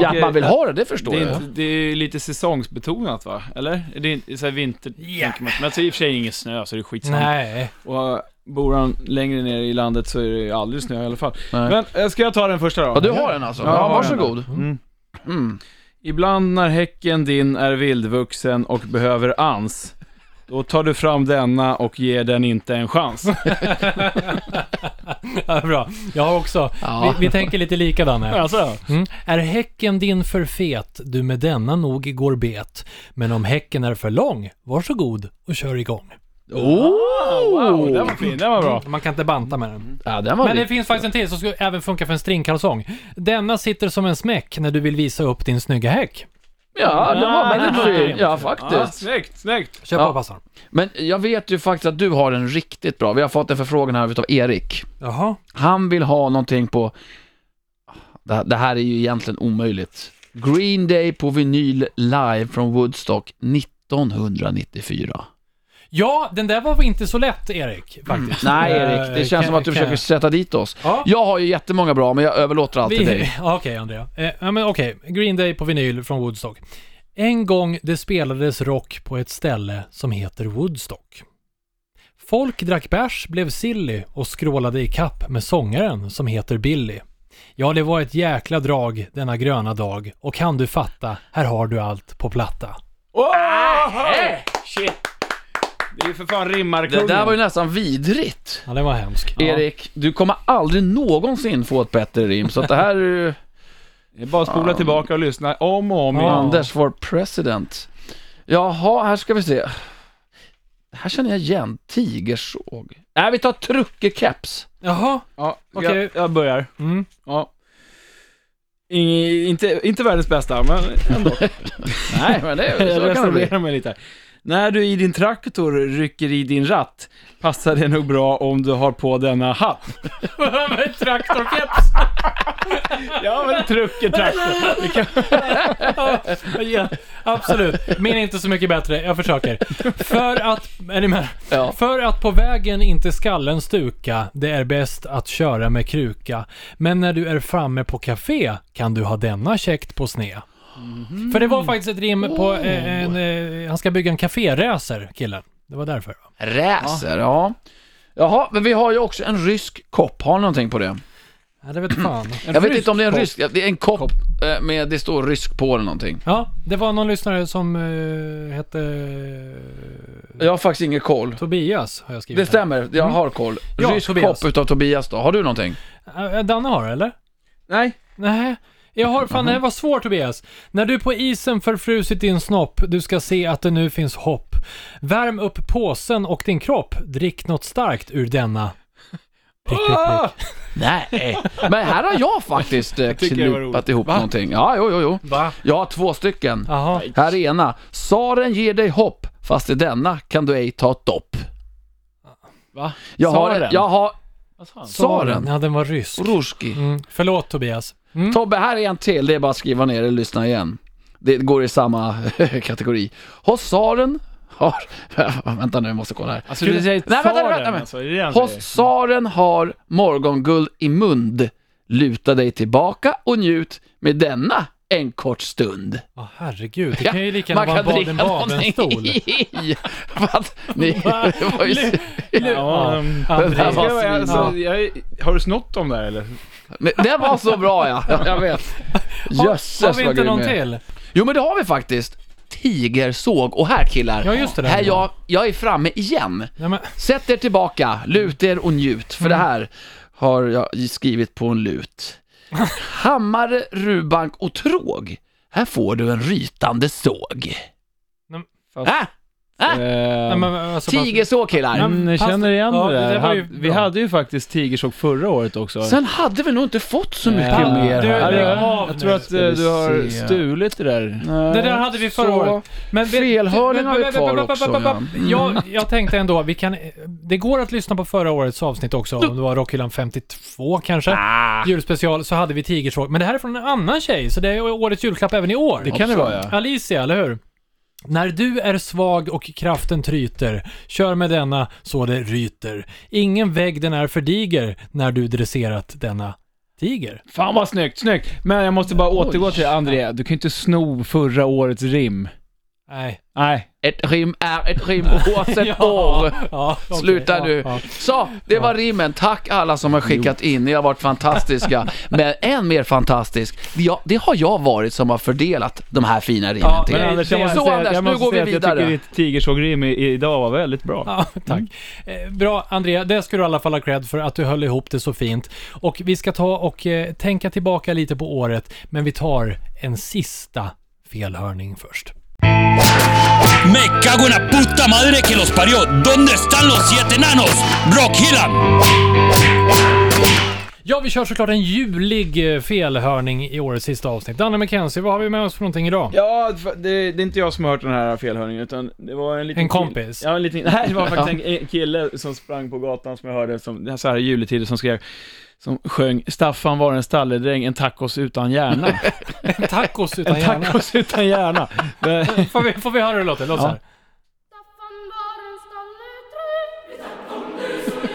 Speaker 2: ja man vill ha det, det förstår
Speaker 4: Det är,
Speaker 2: jag.
Speaker 4: inte, det är lite säsongsbetonat va? Eller? Det är inte- så här vinter...
Speaker 3: Ja.
Speaker 4: tänker man. Men alltså, i och för sig är det ingen snö så det är skitsamma.
Speaker 3: Nej. *laughs*
Speaker 4: Och äh, bor han längre ner i landet så är det ju aldrig snö i alla fall.
Speaker 2: Nej.
Speaker 4: Men äh, ska jag ta den första då?
Speaker 2: Ja, du har den alltså?
Speaker 4: Ja, jag
Speaker 2: Ja,
Speaker 4: har
Speaker 2: varsågod.
Speaker 4: Mm.
Speaker 2: Mm.
Speaker 4: Ibland när häcken din är vildvuxen och behöver ans, då tar du fram denna och ger den inte
Speaker 3: *laughs*
Speaker 4: en chans.
Speaker 3: Ja, bra. Jag har också.
Speaker 2: Ja.
Speaker 3: Vi, vi tänker lite likadana.
Speaker 4: alltså.
Speaker 3: Mm. Är häcken din för fet, du med denna nog går bet. Men om häcken är för lång, varsågod och kör igång.
Speaker 2: Oh!
Speaker 4: Ah, Wow, den var fin, den var bra.
Speaker 3: Man kan inte banta med den.
Speaker 2: Ja, den var
Speaker 3: Men det
Speaker 2: riktigt-
Speaker 3: finns faktiskt en till som skulle även funka för en stringkalsong. Denna sitter som en smäck när du vill visa upp din snygga häck.
Speaker 2: Ja, den
Speaker 4: Ah,
Speaker 2: var väldigt fin. Ja,
Speaker 4: Ja,
Speaker 2: faktiskt.
Speaker 4: snyggt, snyggt.
Speaker 3: Kör på
Speaker 2: Ja.
Speaker 3: pastorn.
Speaker 2: Men jag vet ju faktiskt att du har en riktigt bra. Vi har fått en förfrågan här utav Erik.
Speaker 3: Jaha.
Speaker 2: Han vill ha någonting på... Det här- Det här är ju egentligen omöjligt. Green Day på vinyl live från Woodstock 1994.
Speaker 3: Ja, den där var inte så lätt Erik, faktiskt.
Speaker 2: Mm. Nej
Speaker 3: Eh,
Speaker 2: Erik, det känns
Speaker 3: kan-
Speaker 2: som att du
Speaker 3: kan-
Speaker 2: försöker sätta dit oss.
Speaker 3: Ja.
Speaker 2: Jag har ju jättemånga bra, men jag överlåter allt till dig.
Speaker 3: *laughs* Ja, Okej, Andrea. Eh, ja, men okej. Green Day på vinyl från Woodstock. En gång det spelades rock på ett ställe som heter Woodstock. Folk drack bärs, blev silly och skrålade i kapp med sångaren som heter Billy. Ja, det var ett jäkla drag denna gröna dag och kan du fatta, här har du allt på platta.
Speaker 4: Wow!
Speaker 3: Äh,
Speaker 4: Shit. Det är ju för fan
Speaker 2: Det
Speaker 4: rimmarkungen.
Speaker 2: där var ju nästan vidrigt.
Speaker 3: Ja, den var hemsk.
Speaker 2: Erik, du kommer aldrig någonsin få ett bättre rim, så att det här är ju...
Speaker 4: Det är bara att spola tillbaka och lyssna om och om
Speaker 3: Ja.
Speaker 4: igen.
Speaker 2: Anders for president. Jaha, här ska vi se. Det här känner jag igen. Tigersåg. Nej, vi tar truckerkeps.
Speaker 3: Jaha,
Speaker 4: Ja,
Speaker 3: Okej.
Speaker 4: jag, jag börjar.
Speaker 3: Mm.
Speaker 4: Ja. Ing- inte, inte världens bästa, men ändå. *laughs*
Speaker 2: Nej, men det,
Speaker 4: jag
Speaker 2: så kan det bli.
Speaker 4: restaurerar mig lite. här. När du i din traktor rycker i din ratt, passar det nog bra om du har på denna hatt.
Speaker 3: med traktorkeps!
Speaker 4: Ja, men trucken traktor. Det kan...
Speaker 3: *laughs* Ja, absolut. Min är inte så mycket bättre. Jag försöker. För att... Är ni med?
Speaker 2: Ja.
Speaker 3: För att på vägen inte skallen stuka, det är bäst att köra med kruka. Men när du är framme på café kan du ha denna käckt på sne.
Speaker 2: Mhm.
Speaker 3: För det var faktiskt ett rim på
Speaker 2: Oh.
Speaker 3: eh, en... Eh, han ska bygga en caféräser, killen. Det var därför. va?
Speaker 2: Räser, ja. Jaha, men vi har ju också en rysk kopp. Har ni någonting på det?
Speaker 3: Ja, *clears throat* det vet fan.
Speaker 2: jag vet inte om det är en rysk. Det är en kopp, eh, med, det står rysk på eller någonting.
Speaker 3: Ja, det var någon lyssnare som eh, hette eh,
Speaker 2: Jag har faktiskt ingen koll. Mm.
Speaker 3: Tobias, har jag skrivit.
Speaker 2: Det
Speaker 3: här.
Speaker 2: stämmer, jag har koll.
Speaker 3: Ja,
Speaker 2: rysk
Speaker 3: Tobias.
Speaker 2: kopp utav Tobias då. Har du någonting?
Speaker 3: Eh, Danne har det, eller?
Speaker 4: Nej.
Speaker 3: Nej. Jag har, fan det här var svårt Tobias. När du på isen förfrusit din snopp, du ska se att det nu finns hopp. Värm upp påsen och din kropp, drick något starkt ur denna. Prick, prick, prick.
Speaker 4: Ah!
Speaker 2: Nej, men här har jag faktiskt eh,
Speaker 4: tycker det var
Speaker 2: knipat
Speaker 4: roligt.
Speaker 2: ihop någonting. Ja, jo, jo, jo.
Speaker 3: Va?
Speaker 2: Jag har två stycken.
Speaker 3: Jaha.
Speaker 2: Här är ena. Saren ger dig hopp, fast i denna kan du ej ta dopp.
Speaker 4: Va?
Speaker 2: Jag har,
Speaker 4: Saren?
Speaker 2: jag har
Speaker 4: Vad sa han?
Speaker 2: Saren.
Speaker 3: Ja, den var rysk.
Speaker 2: Ruski.
Speaker 3: Mm. Förlåt Tobias. Mm.
Speaker 2: Tobbe, här är en till. Det är bara att skriva ner det och lyssna igen. Det går i samma *laughs* kategori. Hossaren har... *laughs* vänta nu, jag måste kolla här.
Speaker 4: Alltså du säger
Speaker 2: Nej, vänta, vänta, vänta.
Speaker 4: Saren alltså, är det det han säger?
Speaker 2: Hossaren har morgonguld i mund. Luta dig tillbaka och njut med denna en kort stund.
Speaker 3: Åh herregud, det kan ju lika gärna
Speaker 2: Man
Speaker 3: vara
Speaker 2: kan
Speaker 3: en
Speaker 2: dricka
Speaker 3: Baden-Baden-stol.
Speaker 2: någonting *laughs* i. Fast, ni,
Speaker 3: *laughs*
Speaker 2: det var ju,
Speaker 3: Lu- lu-
Speaker 4: Ja,
Speaker 3: Ja,
Speaker 4: ehm,
Speaker 3: André.
Speaker 2: det här
Speaker 4: Ska jag vara-
Speaker 2: svin-
Speaker 4: alltså, jag- Har du snott dem där eller?
Speaker 2: det var så bra ja, Ja, jag vet. Jösses
Speaker 3: *laughs* Har vi
Speaker 2: vad
Speaker 3: inte
Speaker 2: grym
Speaker 3: någon
Speaker 2: jag är.
Speaker 3: till?
Speaker 2: Jo men det har vi faktiskt. Tigersåg. Och här killar,
Speaker 3: Ja, just det, den
Speaker 2: här
Speaker 3: var.
Speaker 2: jag, jag är framme igen.
Speaker 3: Nej, men,
Speaker 2: Sätt er tillbaka, lut er och njut, för det här har jag skrivit på en lut. Hammare, rubank och tråg. Här får du en rytande såg.
Speaker 4: Fast,
Speaker 2: Äh,
Speaker 4: eh,
Speaker 3: nej, men, alltså, bara-
Speaker 2: tigersåg killar!
Speaker 4: Mm, jag
Speaker 3: Fast-
Speaker 4: känner igen
Speaker 3: ja,
Speaker 4: det där.
Speaker 3: det var ju
Speaker 4: Hade- vi
Speaker 3: bra.
Speaker 4: hade ju faktiskt tigersåg förra året också.
Speaker 2: Sen hade vi nog inte fått så mycket
Speaker 4: Eh,
Speaker 2: mer
Speaker 3: du,
Speaker 4: ja,
Speaker 2: här.
Speaker 3: lägg
Speaker 4: jag-
Speaker 3: av nu.
Speaker 4: Jag tror att eh,
Speaker 2: vi
Speaker 4: du har
Speaker 2: se.
Speaker 4: stulit det där.
Speaker 3: Det där hade vi förra
Speaker 2: Så,
Speaker 3: året. Men vi-
Speaker 2: felhörning har vi
Speaker 3: b- b-
Speaker 2: kvar
Speaker 3: b- b-
Speaker 2: också,
Speaker 3: b- b-
Speaker 2: ja. Mm.
Speaker 3: Jag, jag tänkte ändå, vi kan, det går att lyssna på förra årets avsnitt också, om det var Rockhyllan 52 kanske, julspecial, så hade vi tigersåg. Men det här är från en annan tjej, så det är årets julklapp även i år.
Speaker 4: Det kan det vara ja.
Speaker 3: Alicia, eller hur? När du är svag och kraften tryter, kör med denna så det ryter. Ingen vägg den är för diger när du dresserat denna tiger.
Speaker 4: Fan vad snyggt, snyggt. Men jag måste bara återgå till André. Du kan ju inte sno förra årets rim.
Speaker 3: Nej.
Speaker 4: Nej.
Speaker 2: Ett rim är ett rim
Speaker 4: *laughs*
Speaker 2: oavsett år.
Speaker 3: ja, okej,
Speaker 2: Sluta
Speaker 3: ja,
Speaker 2: nu.
Speaker 3: ja.
Speaker 2: Så, det var rimmen. Tack alla som har skickat in. Ni har varit
Speaker 4: *laughs*
Speaker 2: fantastiska. Men än mer fantastisk, ja, det har jag varit som har fördelat de här fina rimmen
Speaker 3: Ja,
Speaker 2: till
Speaker 4: Men
Speaker 3: Nej,
Speaker 2: er.
Speaker 4: Anders, jag
Speaker 3: det-
Speaker 4: måste
Speaker 2: Så,
Speaker 4: säga,
Speaker 2: Anders,
Speaker 4: att- jag
Speaker 2: nu
Speaker 4: måste
Speaker 2: går vi
Speaker 4: säga att jag
Speaker 2: vidare.
Speaker 4: tycker ditt tigersågrim i- idag var väldigt bra.
Speaker 3: Ja, tack.
Speaker 4: Mm.
Speaker 3: Eh, Bra Andrea, det ska du i alla fall ha cred för att du höll ihop det så fint. Och vi ska ta och eh, tänka tillbaka lite på året, men vi tar en sista felhörning först.
Speaker 1: Me cago en la puta madre que los parió. ¿Dónde están los siete enanos? Rock Hillan.
Speaker 3: Ja, vi kör såklart en julig eh, felhörning i årets sista avsnitt. Danne McKenzie, vad har vi med oss för någonting idag?
Speaker 4: Ja, det, det är inte jag som har hört den här felhörningen utan det var en liten
Speaker 3: En
Speaker 4: kill-
Speaker 3: kompis?
Speaker 4: Ja, en liten, *laughs* nej det var faktiskt en- en kille som sprang på gatan som jag hörde, som, så här i juletider, som skrev, som sjöng Staffan var en stalledräng, en tacos utan hjärna.
Speaker 3: En
Speaker 4: *laughs*
Speaker 3: tacos utan
Speaker 4: en
Speaker 3: hjärna.
Speaker 4: tacos utan
Speaker 3: *laughs*
Speaker 4: hjärna. Det-
Speaker 3: Får vi, får vi höra hur det låter? Låt så här.
Speaker 7: Staffan var en stalledräng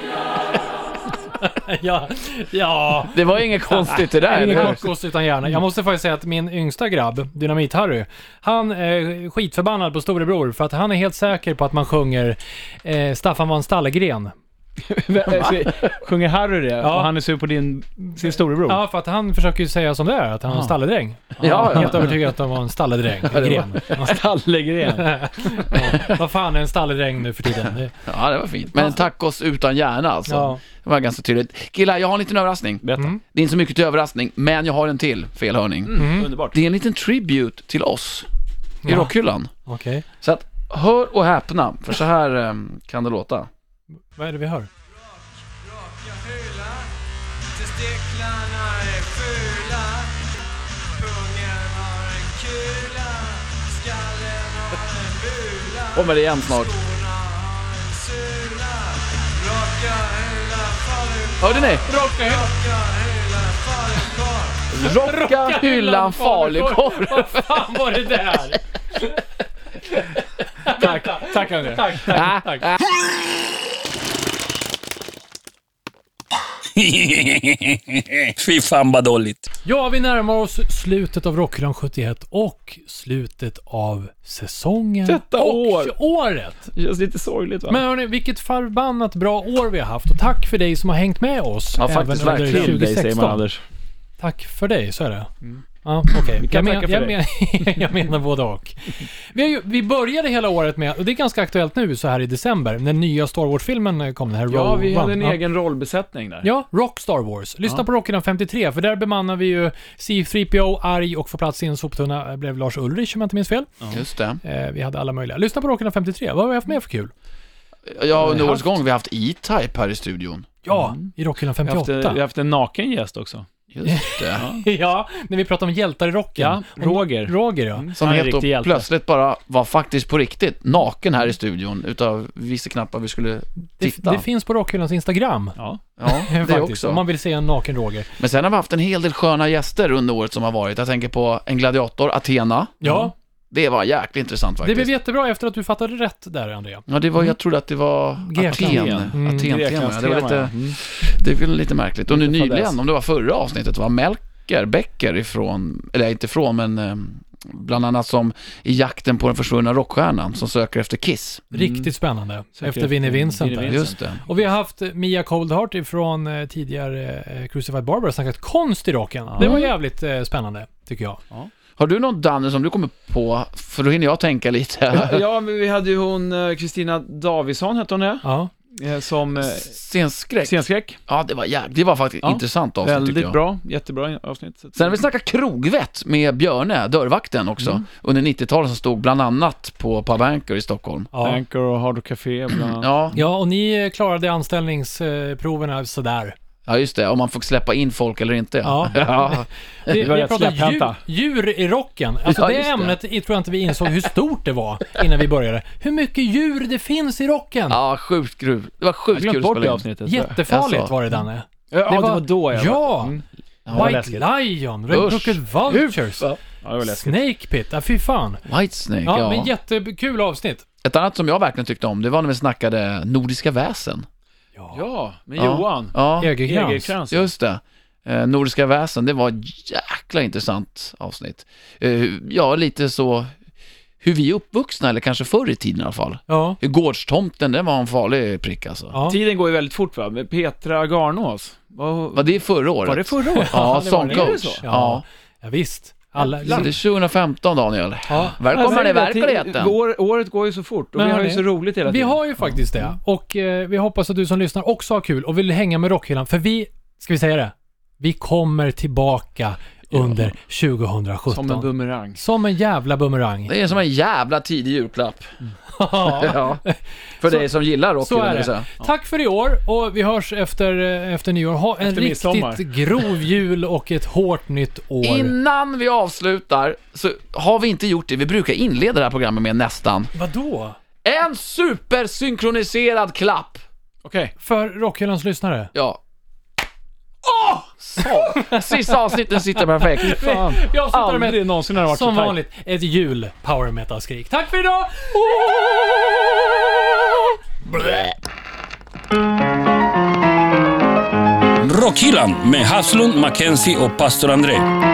Speaker 3: Ja, ja.
Speaker 2: Det var inget konstigt det där.
Speaker 3: En
Speaker 2: eller hur?
Speaker 3: tacos utan hjärna. Jag måste faktiskt säga att min yngsta grabb, Dynamit-Harry, han är skitförbannad på storebror för att han är helt säker på att man sjunger eh, Staffan var en stallegren.
Speaker 4: eh, Sjunger Harry det?
Speaker 3: Ja.
Speaker 4: Och han är sur på din, sin storebror?
Speaker 3: Ja, för att han försöker ju säga som det är, att han är en stalledräng.
Speaker 2: Ja, ja.
Speaker 3: Helt övertygad att han var en *laughs* stalledräng. Gren. *laughs*
Speaker 4: Stallegren.
Speaker 3: Vad fan är en stalledräng nu för tiden? Det,
Speaker 2: Ja, det var fint. Men tacos utan hjärna alltså.
Speaker 3: Ja.
Speaker 2: Det var ganska tydligt. Killar, jag har en liten överraskning.
Speaker 4: Berätta.
Speaker 2: Det är inte så mycket till överraskning, men jag har en till felhörning.
Speaker 4: Underbart.
Speaker 2: Det är en liten tribute till oss i
Speaker 3: Ja.
Speaker 2: rockhyllan.
Speaker 3: Okej.
Speaker 2: Så att, hör och häpna, för så här eh, kan det låta.
Speaker 3: Vad är det vi hör? *laughs*
Speaker 5: Raka hyllan, testiklarna är fula. Pungen har en kula, skallen har en bula.
Speaker 2: Kommer det igen snart.
Speaker 5: Skorna har en sula. Raka hyllan faller ut,
Speaker 2: Hörde ni?
Speaker 5: raka hyllan faller kvar.
Speaker 2: Rocka hyllan falukorv.
Speaker 3: Vad fan var det där? tack, tack André. Ah. Tack, tack, tack.
Speaker 1: *laughs* Fy fan vad dåligt.
Speaker 3: Ja, vi närmar oss slutet av Rockhyllan 71 och slutet av säsongen.
Speaker 4: Detta
Speaker 3: och
Speaker 4: år.
Speaker 3: året!
Speaker 4: Det känns lite sorgligt va?
Speaker 3: Men hörni, vilket förbannat bra år vi har haft och tack för dig som har hängt med oss.
Speaker 2: Ja, faktiskt,
Speaker 3: under
Speaker 2: verkligen.
Speaker 4: till dig säger man
Speaker 3: 2016.
Speaker 4: Anders.
Speaker 3: Tack för dig, så är det. Ja, okej. Jag,
Speaker 4: kan
Speaker 3: men,
Speaker 4: tacka för
Speaker 3: jag,
Speaker 4: dig.
Speaker 3: men, *laughs* jag menar både
Speaker 4: *laughs*
Speaker 3: och. Vi, har ju, vi började hela året med, och det är ganska aktuellt nu så här i december, när nya Star Wars-filmen eh, kom, den här
Speaker 4: Ja,
Speaker 3: Rogue
Speaker 4: vi hade
Speaker 3: One.
Speaker 4: en
Speaker 3: Ja.
Speaker 4: egen rollbesättning där.
Speaker 3: Ja, Rock Star Wars. Lyssna på Rockerna 53, för där bemannar vi ju C3PO, arg och får plats i en soptunna, eh, blev Lars Ulrich om jag inte minns fel.
Speaker 2: Just det.
Speaker 3: Eh, vi hade alla möjliga. Lyssna på Rockerna 53, vad har vi haft med för kul?
Speaker 2: Ja, under årets gång har vi haft E-Type här i studion.
Speaker 3: Ja, Mm. i Rockhyllan
Speaker 4: Vi har haft, eh,
Speaker 3: 58.
Speaker 4: vi har haft en naken gäst också.
Speaker 2: Just det.
Speaker 3: *laughs* ja, när vi pratade om hjältar i rocken.
Speaker 4: Ja, Roger. Mm,
Speaker 3: Roger ja.
Speaker 2: Som
Speaker 4: Han är en
Speaker 2: helt då
Speaker 4: riktig hjälte.
Speaker 2: plötsligt bara var faktiskt på riktigt naken här i studion utav vi visste knappt vad vi skulle
Speaker 3: Det,
Speaker 2: titta.
Speaker 3: det finns på Rockhyllans Instagram.
Speaker 4: *laughs* Ja.
Speaker 3: *laughs*
Speaker 2: ja, det
Speaker 3: faktiskt, om
Speaker 2: också.
Speaker 3: man vill se en naken Roger.
Speaker 2: Men sen har vi haft en hel del sköna gäster under året som har varit. Jag tänker på en gladiator, Athena.
Speaker 3: Ja,
Speaker 2: Det var jäkligt intressant
Speaker 3: det
Speaker 2: faktiskt.
Speaker 3: blev jättebra efter att du fattade rätt där, Andrea.
Speaker 2: Ja, det var, jag trodde att det var Aten.
Speaker 3: Grekland.
Speaker 2: Aten,
Speaker 4: Mm,
Speaker 2: tema. Ja, Det var
Speaker 4: Greklandstema,
Speaker 2: lite,
Speaker 4: ja. Mm.
Speaker 2: det är väl lite märkligt. Och nu
Speaker 4: Lite
Speaker 2: nyligen,
Speaker 4: fadäs.
Speaker 2: om det var förra avsnittet, var Melker Becker ifrån, eller inte ifrån, men eh, bland annat som i jakten på den försvunna rockstjärnan som söker efter Kiss.
Speaker 3: Riktigt spännande. Efter Vinnie Vincent
Speaker 4: Vinnie
Speaker 3: där.
Speaker 4: Vincent.
Speaker 2: Just det.
Speaker 3: Och vi har haft Mia Coldheart ifrån eh, tidigare eh, Crucified Barber och snackat konst i rocken. Det var jävligt eh, spännande, tycker jag.
Speaker 2: Har du någon Danne som du kommer på? För då hinner jag tänka lite.
Speaker 4: Ja, men vi hade ju hon, eh, Kristina Davidsson hette hon det,
Speaker 3: Ja.
Speaker 4: eh, som eh,
Speaker 2: Scenskräck.
Speaker 4: scenskräck.
Speaker 2: Ja, det var jäkligt. Det var faktiskt
Speaker 4: Ja,
Speaker 2: intressant avsnitt tycker
Speaker 4: Väldigt
Speaker 2: jag.
Speaker 4: bra, jättebra avsnitt. Så att-
Speaker 2: Sen har vi snackat krogvett med Björne, dörrvakten också, under 90-talet som stod bland annat på Pabanker i Stockholm.
Speaker 3: Ja.
Speaker 4: Anchor och Hard Rock Café bland annat.
Speaker 2: Ja,
Speaker 3: ja, och ni eh, klarade anställningsproverna sådär.
Speaker 2: ja just det. Om man får släppa in folk eller inte.
Speaker 3: Ja.
Speaker 4: *laughs*
Speaker 2: ja.
Speaker 3: Vi,
Speaker 4: var
Speaker 3: vi
Speaker 4: rätt
Speaker 3: pratade djur,
Speaker 4: släpphänta.
Speaker 3: djur i rocken. Alltså
Speaker 2: Ja,
Speaker 3: det
Speaker 2: just det.
Speaker 3: ämnet i- tror jag inte vi insåg hur stort det var innan vi började. Hur mycket djur det finns i rocken!
Speaker 2: Ja, sjukt kul. Det var
Speaker 4: Jag
Speaker 2: sjukt
Speaker 4: glömde
Speaker 2: kul
Speaker 4: bort det
Speaker 2: in.
Speaker 4: avsnittet.
Speaker 3: Jättefarligt
Speaker 2: jag sa.
Speaker 3: var det Danne.
Speaker 4: Alltså. Ja, det var då jag Mm.
Speaker 3: Ja!
Speaker 2: Ja,
Speaker 3: White
Speaker 4: läskigt.
Speaker 3: Lion, Red
Speaker 2: Usch.
Speaker 3: Crooked Vultures,
Speaker 4: Ja, det var läskigt.
Speaker 3: Snake Pit, ja fy fan.
Speaker 2: Whitesnake,
Speaker 3: Ja,
Speaker 2: ja.
Speaker 3: men jättekul avsnitt.
Speaker 2: Ett annat som jag verkligen tyckte om, det var när vi snackade Nordiska väsen.
Speaker 4: Ja, men
Speaker 2: Ja.
Speaker 4: Johan.
Speaker 2: Ja,
Speaker 3: Egerkrans.
Speaker 4: Egerkrans.
Speaker 2: just det. Eh, Nordiska väsen, det var ett jäkla intressant avsnitt. Eh, ja, lite så hur vi är uppvuxna, eller kanske förr i tiden i alla fall.
Speaker 3: Ja.
Speaker 2: Gårdstomten, den var en farlig prick alltså.
Speaker 3: Ja.
Speaker 4: Tiden går ju väldigt fort va? Men Petra Garnås. Var,
Speaker 2: Var det förra året?
Speaker 4: var det förra året?
Speaker 2: Ja,
Speaker 4: det var det. Är det
Speaker 2: sångcoach.
Speaker 4: så?
Speaker 2: Ja.
Speaker 3: Ja, visst. Alla,
Speaker 2: Så det är 2015 Daniel.
Speaker 3: Ja.
Speaker 2: Välkommen
Speaker 4: Alltså,
Speaker 2: i
Speaker 4: det-
Speaker 2: verkligheten.
Speaker 4: År, året går ju så fort och
Speaker 3: Men
Speaker 4: vi har ju
Speaker 3: hörni,
Speaker 4: så roligt hela
Speaker 3: vi
Speaker 4: tiden.
Speaker 3: har ju faktiskt det. Och eh, vi hoppas att du som lyssnar också har kul och vill hänga med Rockhyllan. För vi, ska vi säga det? Vi kommer tillbaka under 2017.
Speaker 4: Som en bumerang.
Speaker 3: Som en jävla
Speaker 4: *laughs*
Speaker 3: bumerang.
Speaker 2: Det är som en jävla tidig julklapp.
Speaker 3: Ja,
Speaker 2: Ja. För dig som gillar rock,
Speaker 3: så
Speaker 2: vill
Speaker 3: är
Speaker 2: jag
Speaker 3: det.
Speaker 2: säga.
Speaker 3: Tack för i år och vi hörs efter, eh, efter nyår. Ha en
Speaker 4: Efter midsommar.
Speaker 3: riktigt grov jul och ett hårt nytt år.
Speaker 2: Innan vi avslutar så har vi inte gjort det vi brukar inleda det här programmet med nästan.
Speaker 3: Vadå?
Speaker 2: En supersynkroniserad klapp!
Speaker 4: Okej.
Speaker 3: För Rockhyllans lyssnare.
Speaker 2: Ja. Åh! Så! Sista avsnitten sitter perfekt.
Speaker 4: Fan.
Speaker 3: Jag avslutar med
Speaker 4: Aldrig någonsin har det varit så
Speaker 3: Som
Speaker 4: tajt.
Speaker 3: vanligt, ett jul power metal-skrik. Tack för idag!
Speaker 4: Oh!
Speaker 1: Rockhyllan med Haslund, Mackenzie och pastor André.